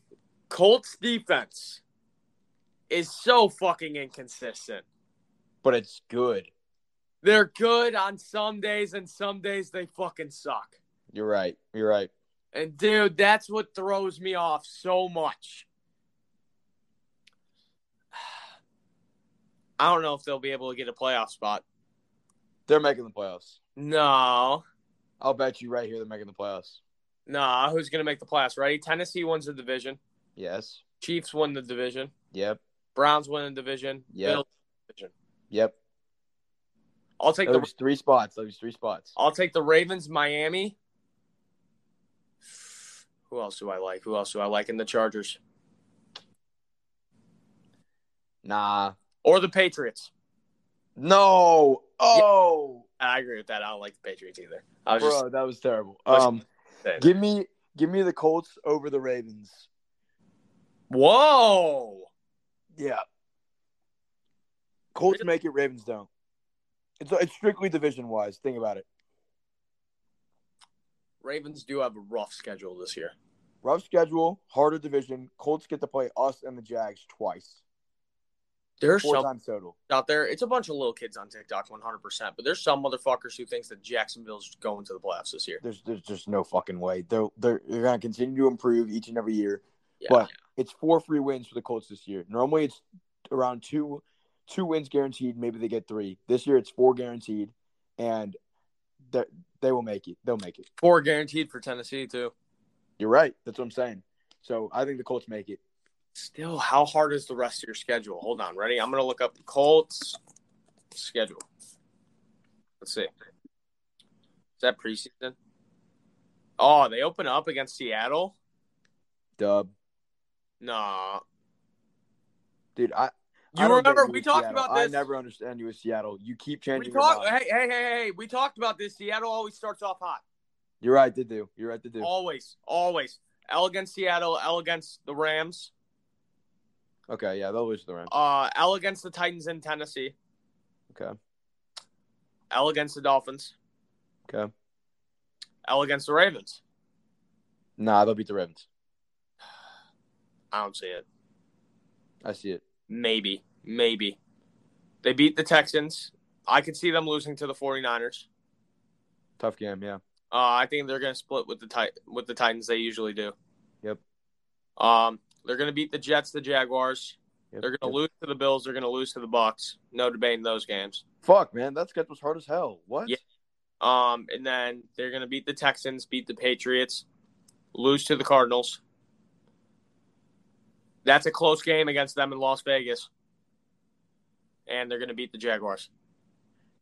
S1: Colts defense is so fucking inconsistent.
S2: But it's good.
S1: They're good on some days, and some days they fucking suck.
S2: You're right. You're right.
S1: And dude, that's what throws me off so much. I don't know if they'll be able to get a playoff spot.
S2: They're making the playoffs.
S1: No.
S2: I'll bet you right here they're making the playoffs.
S1: Nah, who's going to make the playoffs? Ready? Tennessee wins the division.
S2: Yes.
S1: Chiefs win the division.
S2: Yep.
S1: Browns win the division.
S2: Yeah.
S1: Bills win the division.
S2: Yep.
S1: I'll take the
S2: Those three spots. Those three spots.
S1: I'll take the Ravens, Miami. Who else do I like? Who else do I like in the Chargers
S2: Nah.
S1: or the Patriots?
S2: No. Oh,
S1: I agree with that. I don't like the Patriots either. I was
S2: bro,
S1: just
S2: that was terrible.
S1: Let's-
S2: Um,
S1: saying.
S2: give me give me the Colts over the Ravens.
S1: Whoa!
S2: Yeah. Colts make it, Ravens don't. It's it's strictly division wise. Think about it.
S1: Ravens do have a rough schedule this year.
S2: Rough schedule, harder division. Colts get to play us and the Jags twice.
S1: There's
S2: Four
S1: some
S2: times total.
S1: out there. It's a bunch of little kids on TikTok, 100. percent But there's some motherfuckers who thinks that Jacksonville's going to the playoffs this year.
S2: There's there's just no fucking way. They're they're, they're gonna continue to improve each and every year.
S1: Yeah.
S2: But it's four free wins for the Colts this year. Normally it's around two two wins guaranteed. Maybe they get three. This year it's four guaranteed, and they they will make it. They'll make it.
S1: Four guaranteed for Tennessee too.
S2: You're right. That's what I'm saying. So I think the Colts make it.
S1: Still, how hard is the rest of your schedule? Hold on, ready? I'm gonna look up the Colts schedule. Let's see. Is that preseason? Oh, they open up against Seattle.
S2: Dub,
S1: Nah,
S2: dude. I
S1: you
S2: I don't get
S1: remember
S2: you
S1: we
S2: with
S1: talked
S2: Seattle.
S1: about this?
S2: I never understand you with Seattle. You
S1: we
S2: keep changing your
S1: talked.
S2: mind.
S1: Hey, hey, hey, hey! We talked about this. Seattle always starts off hot.
S2: You're right to do. You're right to do.
S1: Always, always. L against Seattle, L against the Rams,
S2: Okay, yeah, they'll lose to the Rams.
S1: uh, L against the Titans in Tennessee,
S2: Okay,
S1: L against the Dolphins,
S2: okay.
S1: L against the Ravens.
S2: Nah, they'll beat the Ravens.
S1: I don't see it.
S2: I see it.
S1: Maybe, maybe. They beat the Texans. I could see them losing to the 49ers.
S2: Tough game, yeah.
S1: Uh, I think they're going to split with the Ti- with the Titans. They usually do.
S2: Yep.
S1: Um, they're going to beat the Jets, the Jaguars. They're going to
S2: lose.
S1: lose to the Bills. They're going to lose to the Bucks. No debating those games.
S2: Fuck, man, that schedule's hard as hell. What?
S1: Yeah. Um, and then they're going to beat the Texans, beat the Patriots, lose to the Cardinals. That's a close game against them in Las Vegas. And they're going to beat the Jaguars.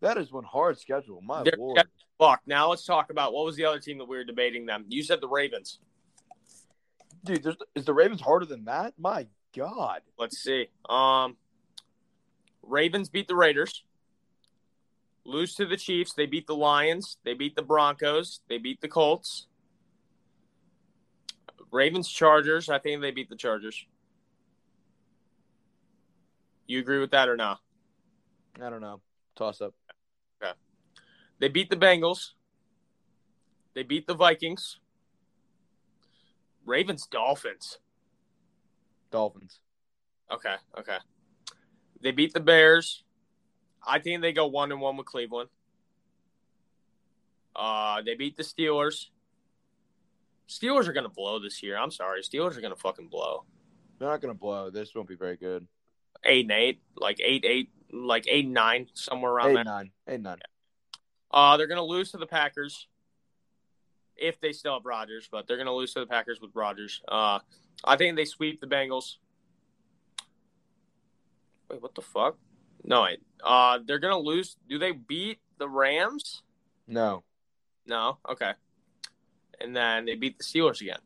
S2: That is one hard schedule. My
S1: They're-
S2: lord.
S1: Fuck. Now let's talk about what was the other team that we were debating them. You said the Ravens.
S2: Dude, there's, is the Ravens harder than that? My God.
S1: Let's see. Um, Ravens beat the Raiders. Lose to the Chiefs. They beat the Lions. They beat the Broncos. They beat the Colts. Ravens Chargers. I think they beat the Chargers. You agree with that or not?
S2: I don't know. Toss up.
S1: They beat the Bengals. They beat the Vikings. Ravens Dolphins.
S2: Dolphins.
S1: Okay, okay. They beat the Bears. I think they go one and one with Cleveland. Uh, they beat the Steelers. Steelers are gonna blow this year. I'm sorry, Steelers are gonna fucking blow.
S2: They're not going to blow. This won't be very good.
S1: Eight and eight, like eight eight, like eight and nine, somewhere around
S2: 8
S1: there.
S2: 9. 8 9.
S1: Uh, they're gonna lose to the Packers if they still have Rodgers, but they're gonna lose to the Packers with Rodgers. Uh, I think they sweep the Bengals. Wait, what the fuck? No, wait. Uh, they're gonna lose. Do they beat the Rams?
S2: No.
S1: No. Okay. And then they beat the Steelers again.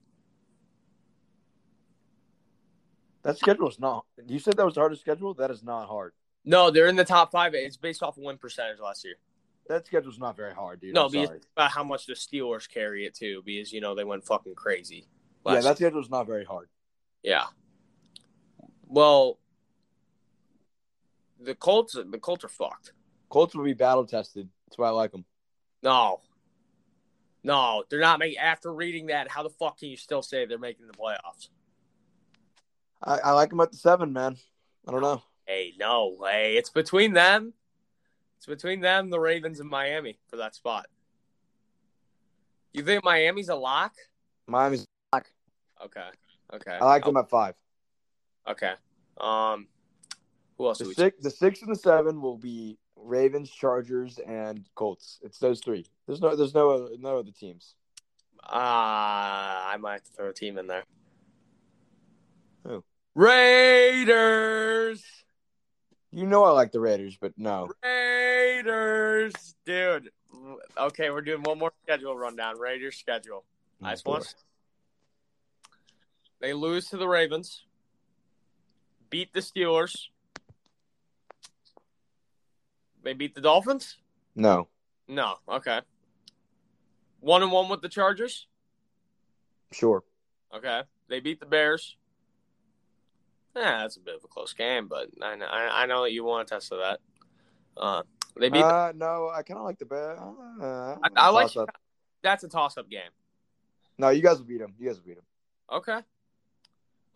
S2: That schedule is not. You said that was the hardest schedule? That is not hard.
S1: No, they're in the top five. It's based off win percentage last year.
S2: That schedule's not very hard, dude.
S1: no,
S2: I'm
S1: because
S2: sorry.
S1: about how much the Steelers carry it too, because you know they went fucking crazy.
S2: Yeah,
S1: last
S2: that schedule's not very hard.
S1: Yeah. Well, the Colts, the Colts are fucked.
S2: Colts will be battle tested. That's why I like them.
S1: No, no, they're not making. After reading that, how the fuck can you still say they're making the playoffs?
S2: I, I like them at the seven, man. I don't know.
S1: Hey, no way. It's between them. It's between them, the Ravens, and Miami for that spot. You think Miami's a lock?
S2: Miami's.
S1: Okay. Okay.
S2: I like them at five.
S1: Okay. Um. Who else? Do
S2: The
S1: we
S2: six, the six and the seven will be Ravens, Chargers, and Colts. It's those three. There's no, there's no, other, no other teams.
S1: Uh, Ah, I might have to throw a team in there.
S2: Who?
S1: Raiders.
S2: You know, I like the Raiders, but no,
S1: Raiders, dude. Okay, we're doing one more schedule rundown. Raiders schedule.
S2: Oh,
S1: Nice one. They lose to the Ravens. Beat the Steelers. They beat the Dolphins.
S2: No,
S1: No. Okay. One and one with the Chargers.
S2: sure.
S1: Okay, they beat the Bears. Yeah, that's a bit of a close game, but I know, I, I know that you want to test of that. Uh, they beat.
S2: Uh, no, I kind of like the Bears. Uh,
S1: I- I like-
S2: toss up.
S1: that's a toss-up game.
S2: No, you guys will beat them. You guys will beat them.
S1: Okay.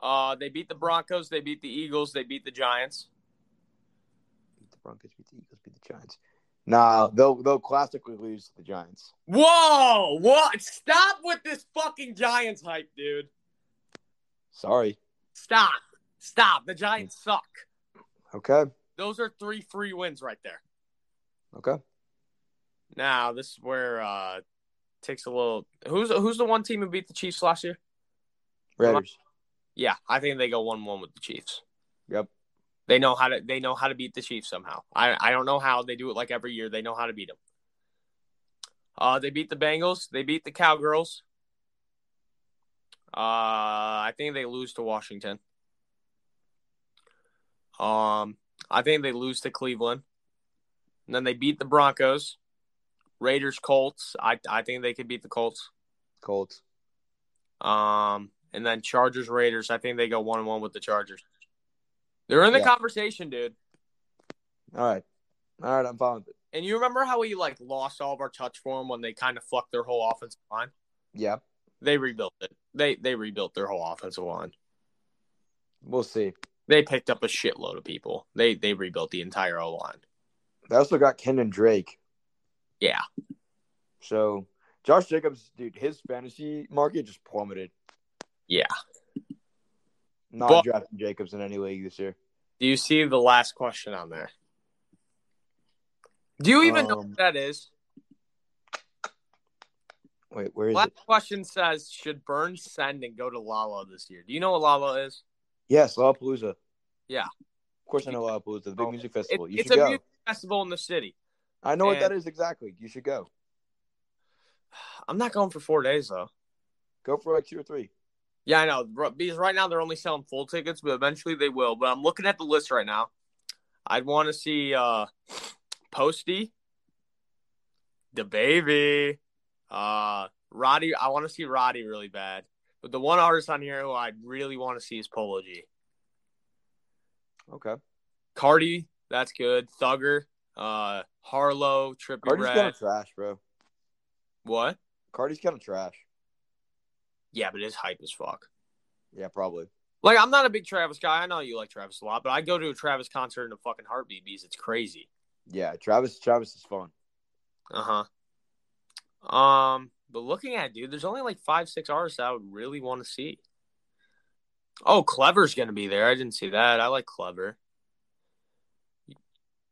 S1: Uh, they beat the Broncos. They beat the Eagles. They beat the Giants.
S2: Beat the Broncos. Beat the Eagles. Beat the Giants. Nah, they'll they'll classically lose to the Giants.
S1: Whoa! What? Stop with this fucking Giants hype, dude.
S2: Sorry.
S1: Stop. Stop. The Giants suck.
S2: Okay.
S1: Those are three free wins right there.
S2: Okay.
S1: Now this is where uh takes a little. Who's who's the one team who beat the Chiefs last year?
S2: Raiders.
S1: Yeah, I think they go one one with the Chiefs.
S2: Yep.
S1: They know how to they know how to beat the Chiefs somehow. I I don't know how they do it like every year. They know how to beat them. Uh, they beat the Bengals. They beat the Cowgirls. Uh, I think they lose to Washington. Um, I think they lose to Cleveland. And then they beat the Broncos. Raiders, Colts. I I think they could beat the Colts.
S2: Colts.
S1: Um, and then Chargers, Raiders. I think they go one and one with the Chargers. They're in the
S2: Yeah.
S1: conversation, dude.
S2: All right. All right, I'm following. it.
S1: And you remember how we like lost all of our touch for them when they kind of fucked their whole offensive line?
S2: Yeah,
S1: They rebuilt it. They they rebuilt their whole offensive line.
S2: we'll see.
S1: They picked up a shitload of people. They they rebuilt the entire O line.
S2: They also got Kendon Drake.
S1: Yeah.
S2: So Josh Jacobs, dude, his fantasy market just plummeted.
S1: Yeah.
S2: Not
S1: But-
S2: drafting Jacobs in any league this year.
S1: Do you see the last question on there? Do you even know
S2: Um,
S1: what that is?
S2: Wait, where is
S1: Last
S2: it?
S1: question says, should Burns send and go to Lala this year? Do you know what Lala is?
S2: Yes, Lollapalooza.
S1: Yeah.
S2: Of course I know Lollapalooza, the big
S1: Oh,
S2: music
S1: It-
S2: festival. you
S1: it's
S2: should
S1: a
S2: go.
S1: music festival in the city.
S2: I know what
S1: and-
S2: that is exactly. You should go.
S1: I'm not going for four days though.
S2: Go for like two or three.
S1: Yeah, I know. bro, Because right now they're only selling full tickets, but eventually they will. But I'm looking at the list right now. I'd want to see uh Posty, the baby, uh Roddy. I want to see Roddy really bad. But the one artist on here who I really want to see is Polo G.
S2: Okay.
S1: Cardi, that's good. Thugger, uh Harlow, Trippy
S2: Cardi's
S1: Red.
S2: kind of trash, bro.
S1: What?
S2: Cardi's kind of trash.
S1: Yeah, but his hype is fuck.
S2: Yeah, probably.
S1: Like I'm not a big Travis guy. I know you like Travis a lot, but I go to a Travis concert in a fucking heartbeat because it's crazy.
S2: Yeah, Travis. Travis is fun.
S1: Uh huh. Um, but looking at it, dude, there's only like five, six artists I would really want to see. Oh, Clever's gonna be there. I didn't see that. I like Clever.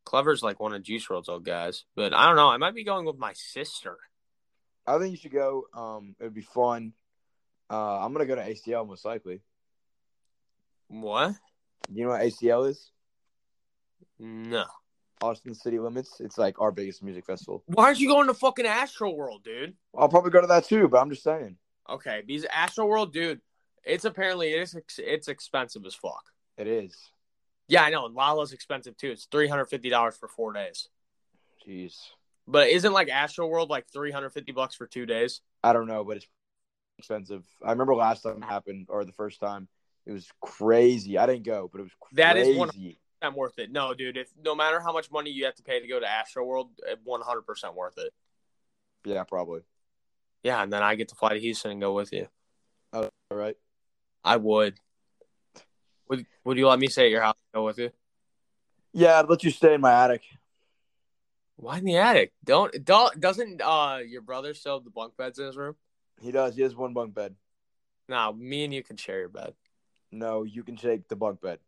S1: Clever's like one of Juice World's old guys, but I don't know. I might be going with my sister.
S2: I think you should go. Um, it would be fun. Uh, I'm gonna go to ACL most likely.
S1: What?
S2: You know what ACL is?
S1: No.
S2: Austin City Limits. It's like our biggest music festival.
S1: Why aren't you going to fucking Astro World, dude?
S2: I'll probably go to that too, but I'm just saying.
S1: Okay, because Astro World, dude, it's apparently it's ex- it's expensive as fuck.
S2: It is.
S1: Yeah, I know. And Lala's expensive too. It's three hundred fifty dollars for four days.
S2: Jeez.
S1: But isn't like Astro World like three hundred fifty bucks for two days?
S2: I don't know, but it's expensive. I remember last time it happened, or the first time, it was crazy. I didn't go, but it was crazy.
S1: That is one- Not worth it. No, dude. If no matter how much money you have to pay to go to Astro World, one hundred percent worth it.
S2: Yeah, probably.
S1: Yeah, and then I get to fly to Houston and go with you.
S2: All right.
S1: I would. Would Would you let me stay at your house and go with you?
S2: Yeah, I'd let you stay in my attic.
S1: Why in the attic? Don't don't doesn't uh your brother still have the bunk beds in his room?
S2: He does. He has one bunk bed.
S1: No, me and you can share your bed.
S2: No, you can take the bunk bed.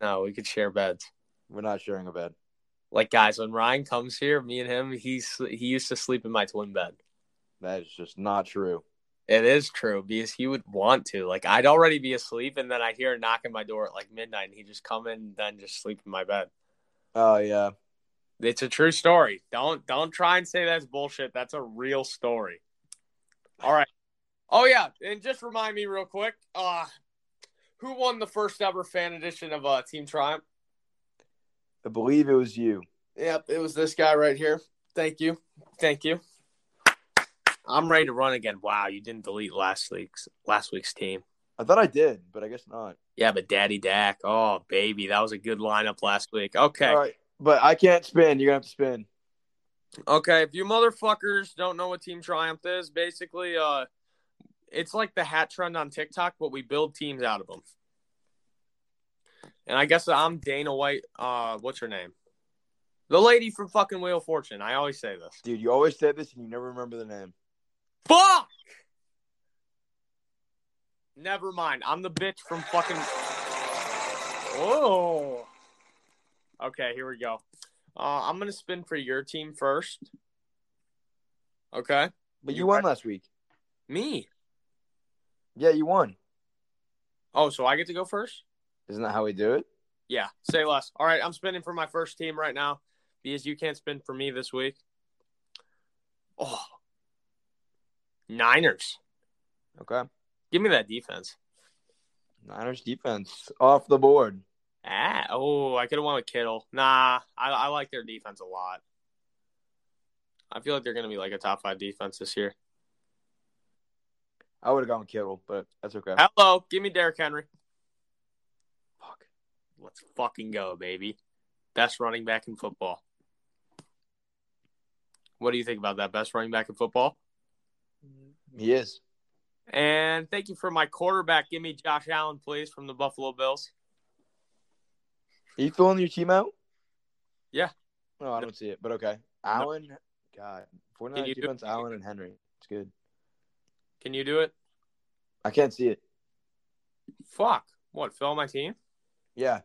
S1: No, we could share beds.
S2: We're not sharing a bed.
S1: Like guys, when Ryan comes here, me and him, he's he used to sleep in my twin bed.
S2: That is just not true.
S1: It is true because he would want to. Like I'd already be asleep, and then I hear a knock at my door at like midnight, and he just come in, and then just sleep in my bed.
S2: Oh yeah.
S1: It's a true story. Don't don't try and say that's bullshit. That's a real story. All right. Oh yeah, and just remind me real quick. Uh, who won the first ever fan edition of uh, Team Triumph?
S2: I believe it was you.
S1: Yep, it was this guy right here. Thank you, thank you. I'm ready to run again. Wow, you didn't delete last week's last week's team.
S2: I thought I did, but I guess not.
S1: Yeah, but Daddy Dak. Oh, baby. That was a good lineup last week. Okay.
S2: All right. But I can't spin. You're gonna have to spin.
S1: Okay. If you motherfuckers don't know what Team Triumph is, basically, uh, it's like the hat trend on TikTok, but we build teams out of them. And I guess I'm Dana White. Uh, what's her name? The lady from fucking Wheel of Fortune. I always say this.
S2: Dude, you always say this and you never remember the name.
S1: Fuck! Never mind. I'm the bitch from fucking. Oh. Okay, here we go. Uh, I'm gonna spin for your team first. Okay.
S2: But
S1: You
S2: you won
S1: won.
S2: last week.
S1: Me.
S2: Yeah, you won.
S1: Oh, so I get to go first?
S2: Isn't that how we do it?
S1: Yeah. Say less. All right, I'm spinning for my first team right now because you can't spin for me this week. Oh. Niners.
S2: Okay.
S1: Give me that defense.
S2: Niners defense off the board.
S1: Ah, oh, I could have won with Kittle. Nah, I, I like their defense a lot. I feel like they're gonna be like a top five defense this year.
S2: I would have gone with Kittle, but that's okay.
S1: Hello, give me Derrick Henry.
S2: Fuck.
S1: Let's fucking go, baby. Best running back in football. What do you think about that? Best running back in football?
S2: He is.
S1: And thank you for my quarterback. Give me Josh Allen, please, from the Buffalo Bills.
S2: Are you throwing your team out?
S1: Yeah.
S2: No, I don't see it, but okay. Allen, God. 49
S1: you do-
S2: defense, Allen and Henry. It's good.
S1: Can you do it?
S2: I can't see it.
S1: Fuck. What? Fill my team?
S2: Yeah.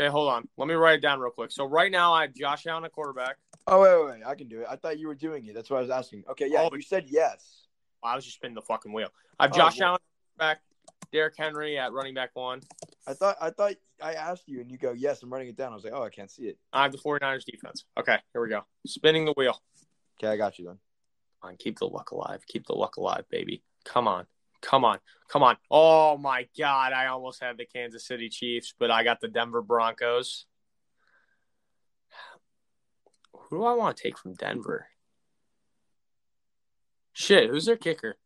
S1: Okay, hold on. Let me write it down real quick. So right now I have Josh Allen at quarterback.
S2: Oh, wait, wait, wait. I can do it. I thought you were doing it. That's why I was asking. Okay, yeah.
S1: Oh.
S2: you said yes.
S1: I was just spinning the fucking wheel. I have
S2: Oh,
S1: Josh
S2: well.
S1: Allen at quarterback, Derrick Henry at running back one.
S2: I thought I thought I asked you and you go, yes, I'm running it down. I was like, oh, I can't see it.
S1: I have the 49ers defense. Okay, here we go. Spinning the wheel.
S2: Okay, I got you then.
S1: Come on, keep the luck alive. Keep the luck alive, baby. Come on. Come on. Come on. Oh my god, I almost had the Kansas City Chiefs, but I got the Denver Broncos. Who do I want to take from Denver? Shit, who's their kicker?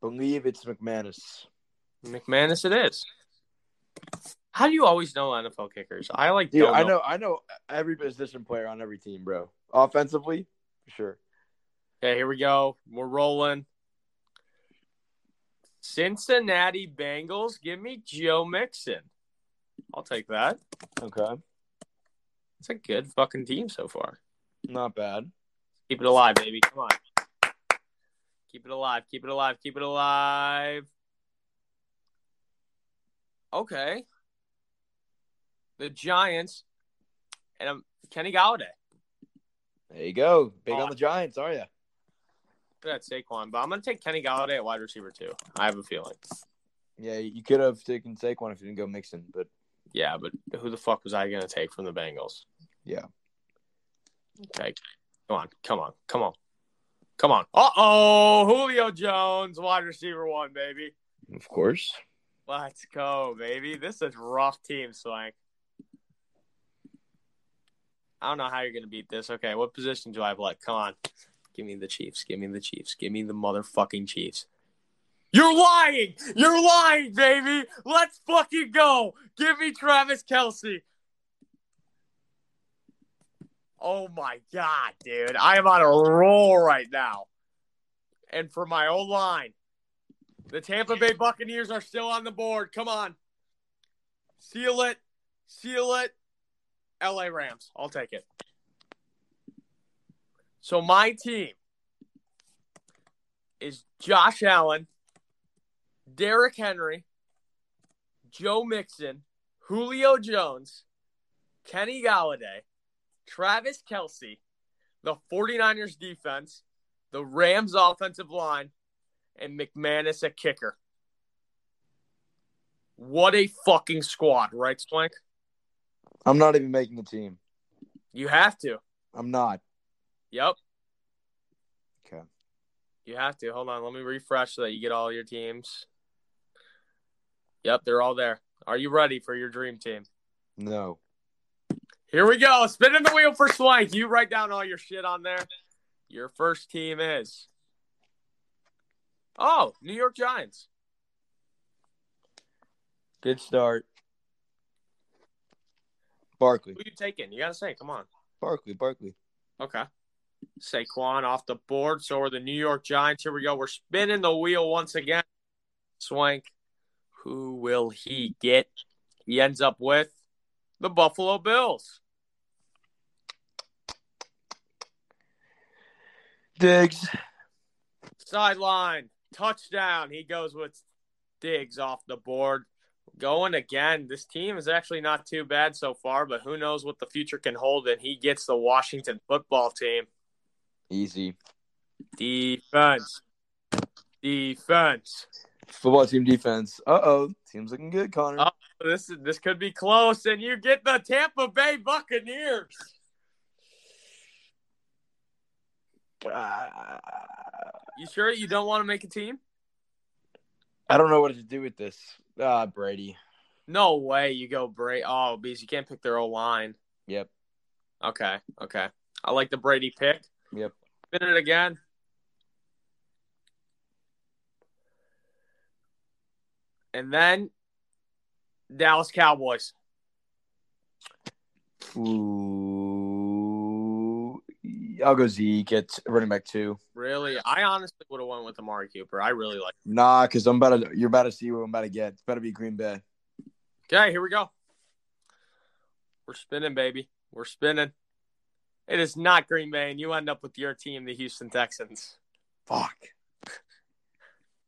S2: Believe it's McManus.
S1: McManus it is. How do you always know NFL kickers? I like
S2: Dude,
S1: don't
S2: I know I know every position player on every team, bro. Offensively, for sure.
S1: Okay, here we go. We're rolling. Cincinnati Bengals, give me Joe Mixon. I'll take that.
S2: Okay.
S1: It's a good fucking team so far.
S2: Not bad.
S1: Keep it alive, baby. Come on. Keep it alive. Keep it alive. Keep it alive. Okay. The Giants and um, Kenny Galladay.
S2: There you go. Big
S1: Oh.
S2: on the Giants, are you?
S1: That's Saquon, but I'm gonna take Kenny Galladay at wide receiver too. I have a feeling.
S2: Yeah, you could have taken Saquon if you didn't go Mixon, but
S1: Yeah, but who the fuck was I going to take from the Bengals?
S2: Yeah.
S1: Okay. Come on. Come on. Come on. Come on. Uh oh. Julio Jones, wide receiver one, baby.
S2: of course.
S1: Let's go, baby. This is a rough team, Swank. I don't know how you're going to beat this. Okay. What position do I have left? Come on. Give me the Chiefs. Give me the Chiefs. Give me the motherfucking Chiefs. You're lying. You're lying, baby. Let's fucking go. Give me Travis Kelsey. Oh my God, dude. I am on a roll right now. And for my old line, the Tampa Bay Buccaneers are still on the board. Come on. Seal it. Seal it. LA Rams. I'll take it. So my team is Josh Allen, Derrick Henry, Joe Mixon, Julio Jones, Kenny Galladay, Travis Kelsey, the 49ers defense, the Rams offensive line, and McManus a kicker. What a fucking squad, right, Splank?
S2: I'm not even making the team.
S1: You have to.
S2: I'm not.
S1: Yep.
S2: Okay.
S1: You have to. Hold on. Let me refresh so that you get all your teams. Yep, they're all there. Are you ready for your dream team?
S2: No.
S1: Here we go. Spinning the wheel for Swank. You write down all your shit on there. Your first team is. Oh, New York Giants.
S2: Good start. Barkley.
S1: Who you taking? You got to say, come on.
S2: Barkley. Barkley.
S1: Okay. Saquon off the board. So are the New York Giants. Here we go. We're spinning the wheel once again. Swank. Who will he get? He ends up with the Buffalo Bills.
S2: Diggs.
S1: Sideline. Touchdown. He goes with Diggs off the board. Going again. This team is actually not too bad so far, but who knows what the future can hold. And he gets the Washington football team.
S2: Easy.
S1: Defense. Defense.
S2: Football team defense. Uh oh. Team's looking good, Connor.
S1: Oh. This is this could be close, and you get the Tampa Bay Buccaneers.
S2: Ah,
S1: You sure you don't want to make a team?
S2: I don't know what to do with this. Ah, Brady.
S1: No way. You go Brady. Oh, because you can't pick their old line.
S2: Yep.
S1: Okay, okay. I like the Brady pick.
S2: Yep.
S1: Spin it again. And then Dallas Cowboys.
S2: Ooh, I'll go Zeke at running back two.
S1: Really, I honestly would have went with Amari Cooper. I really like.
S2: Nah, because I'm about to. You're about to see what I'm about to get. It's better be Green Bay.
S1: Okay, here we go. We're spinning, baby. We're spinning. It is not Green Bay, and you end up with your team, the Houston Texans.
S2: Fuck.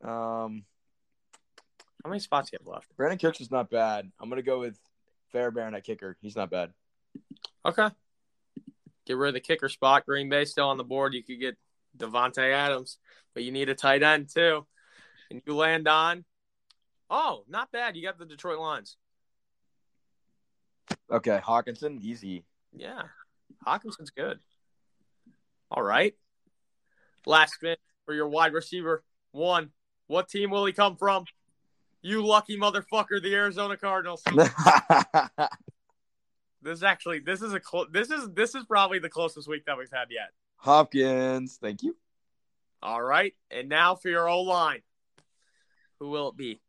S2: Um,
S1: How many spots do you have left?
S2: Brandon Cooks is not bad. I'm gonna go with Fairbairn at kicker. He's not bad.
S1: Okay. Get rid of the kicker spot. Green Bay still on the board. You could get Devontae Adams, but you need a tight end too. And you land on. Oh, not bad. You got the Detroit Lions.
S2: Okay, Hawkinson, easy.
S1: Yeah. Hawkinson's good. All right. Last spin for your wide receiver. One. What team will he come from? You lucky motherfucker, the Arizona Cardinals. This is actually this is a clo- this is this is probably the closest week that we've had yet.
S2: Hopkins, thank you.
S1: All right. And now for your O line. Who will it be?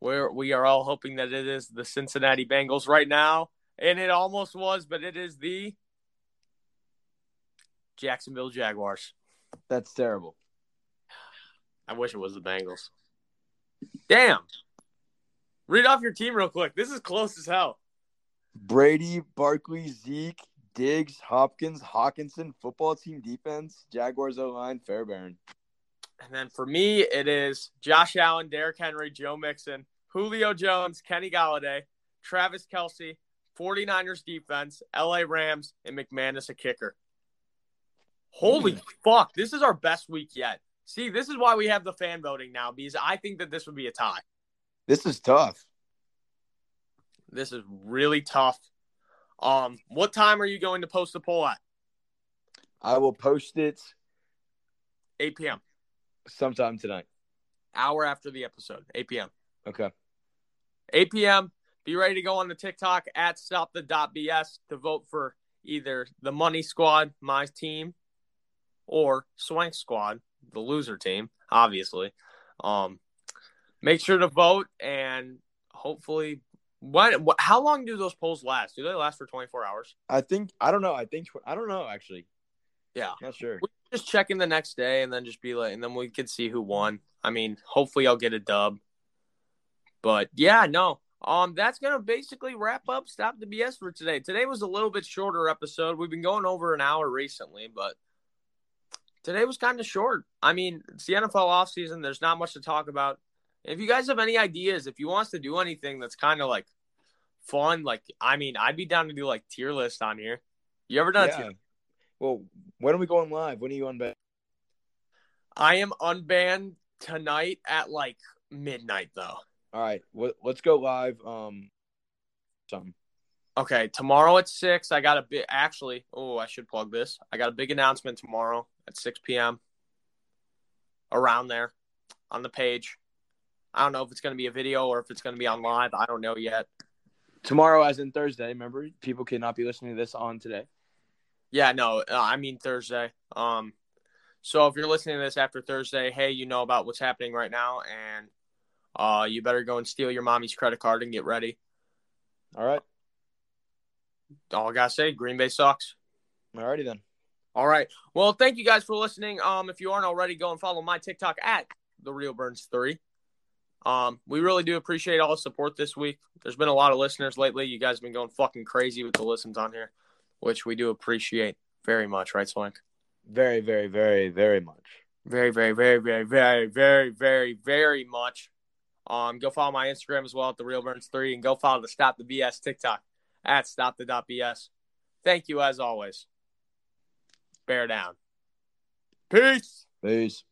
S1: Where we are all hoping that it is the Cincinnati Bengals right now. And it almost was, but it is the Jacksonville Jaguars.
S2: That's terrible.
S1: I wish it was the Bengals. Damn. Read off your team real quick. This is close as hell.
S2: Brady, Barkley, Zeke, Diggs, Hopkins, Hawkinson, football team defense, Jaguars O line, Fairbairn.
S1: And then for me, it is Josh Allen, Derrick Henry, Joe Mixon, Julio Jones, Kenny Galladay, Travis Kelsey, 49ers defense, LA Rams, and McManus a kicker. Holy fuck, this is our best week yet. See, this is why we have the fan voting now because I think that this would be a tie.
S2: This is tough.
S1: This is really tough. Um, what time are you going to post the poll at?
S2: I will post it
S1: 8 p.m.
S2: sometime tonight.
S1: Hour after the episode, 8 p.m.
S2: Okay.
S1: 8 p.m. Be ready to go on the TikTok at stop the dot BS to vote for either the money squad, my team, or Swank Squad, the loser team, obviously. Um, make sure to vote and hopefully. What, what? How long do those polls last? Do they last for 24 hours?
S2: I think I don't know. I think I don't know actually.
S1: Yeah.
S2: Not sure.
S1: We just check in the next day and then just be like, and then we can see who won. I mean, hopefully I'll get a dub. But yeah, no. Um, that's gonna basically wrap up Stop the BS for today. Today was a little bit shorter episode. We've been going over an hour recently, but today was kind of short. I mean, it's the NFL offseason. There's not much to talk about. If you guys have any ideas, if you want us to do anything that's kind of like fun, like I mean, I'd be down to do like tier list on here. You ever done a tier
S2: Yeah. Well, when are we going live? When are you on bed?
S1: I am unbanned tonight at like midnight though.
S2: All right. Well, let's go live. Um, something.
S1: Okay, tomorrow at six, I got a bit. Actually, oh, I should plug this. I got a big announcement tomorrow at six p.m. Around there, on the page. I don't know if it's going to be a video or if it's going to be on live. I don't know yet.
S2: tomorrow, as in Thursday. Remember, people cannot be listening to this on today.
S1: Yeah, no, uh, I mean Thursday. Um, so if you're listening to this after Thursday, hey, you know about what's happening right now, and uh, you better go and steal your mommy's credit card and get ready.
S2: All right.
S1: All I gotta say, Green Bay sucks.
S2: All righty then.
S1: All right. Well, thank you guys for listening. Um, if you aren't already, go and follow my TikTok at the Real Burns Three. Um, we really do appreciate all the support this week. There's been a lot of listeners lately. You guys have been going fucking crazy with the listens on here, which we do appreciate very much, right, Swank?
S2: Very, very, very, very much.
S1: Very, very, very, very, very, very, very, very much. Um, go follow my Instagram as well at the Real Burns Three, and go follow the Stop the BS TikTok at Stop the Dot BS. Thank you as always. Bear down. Peace.
S2: Peace.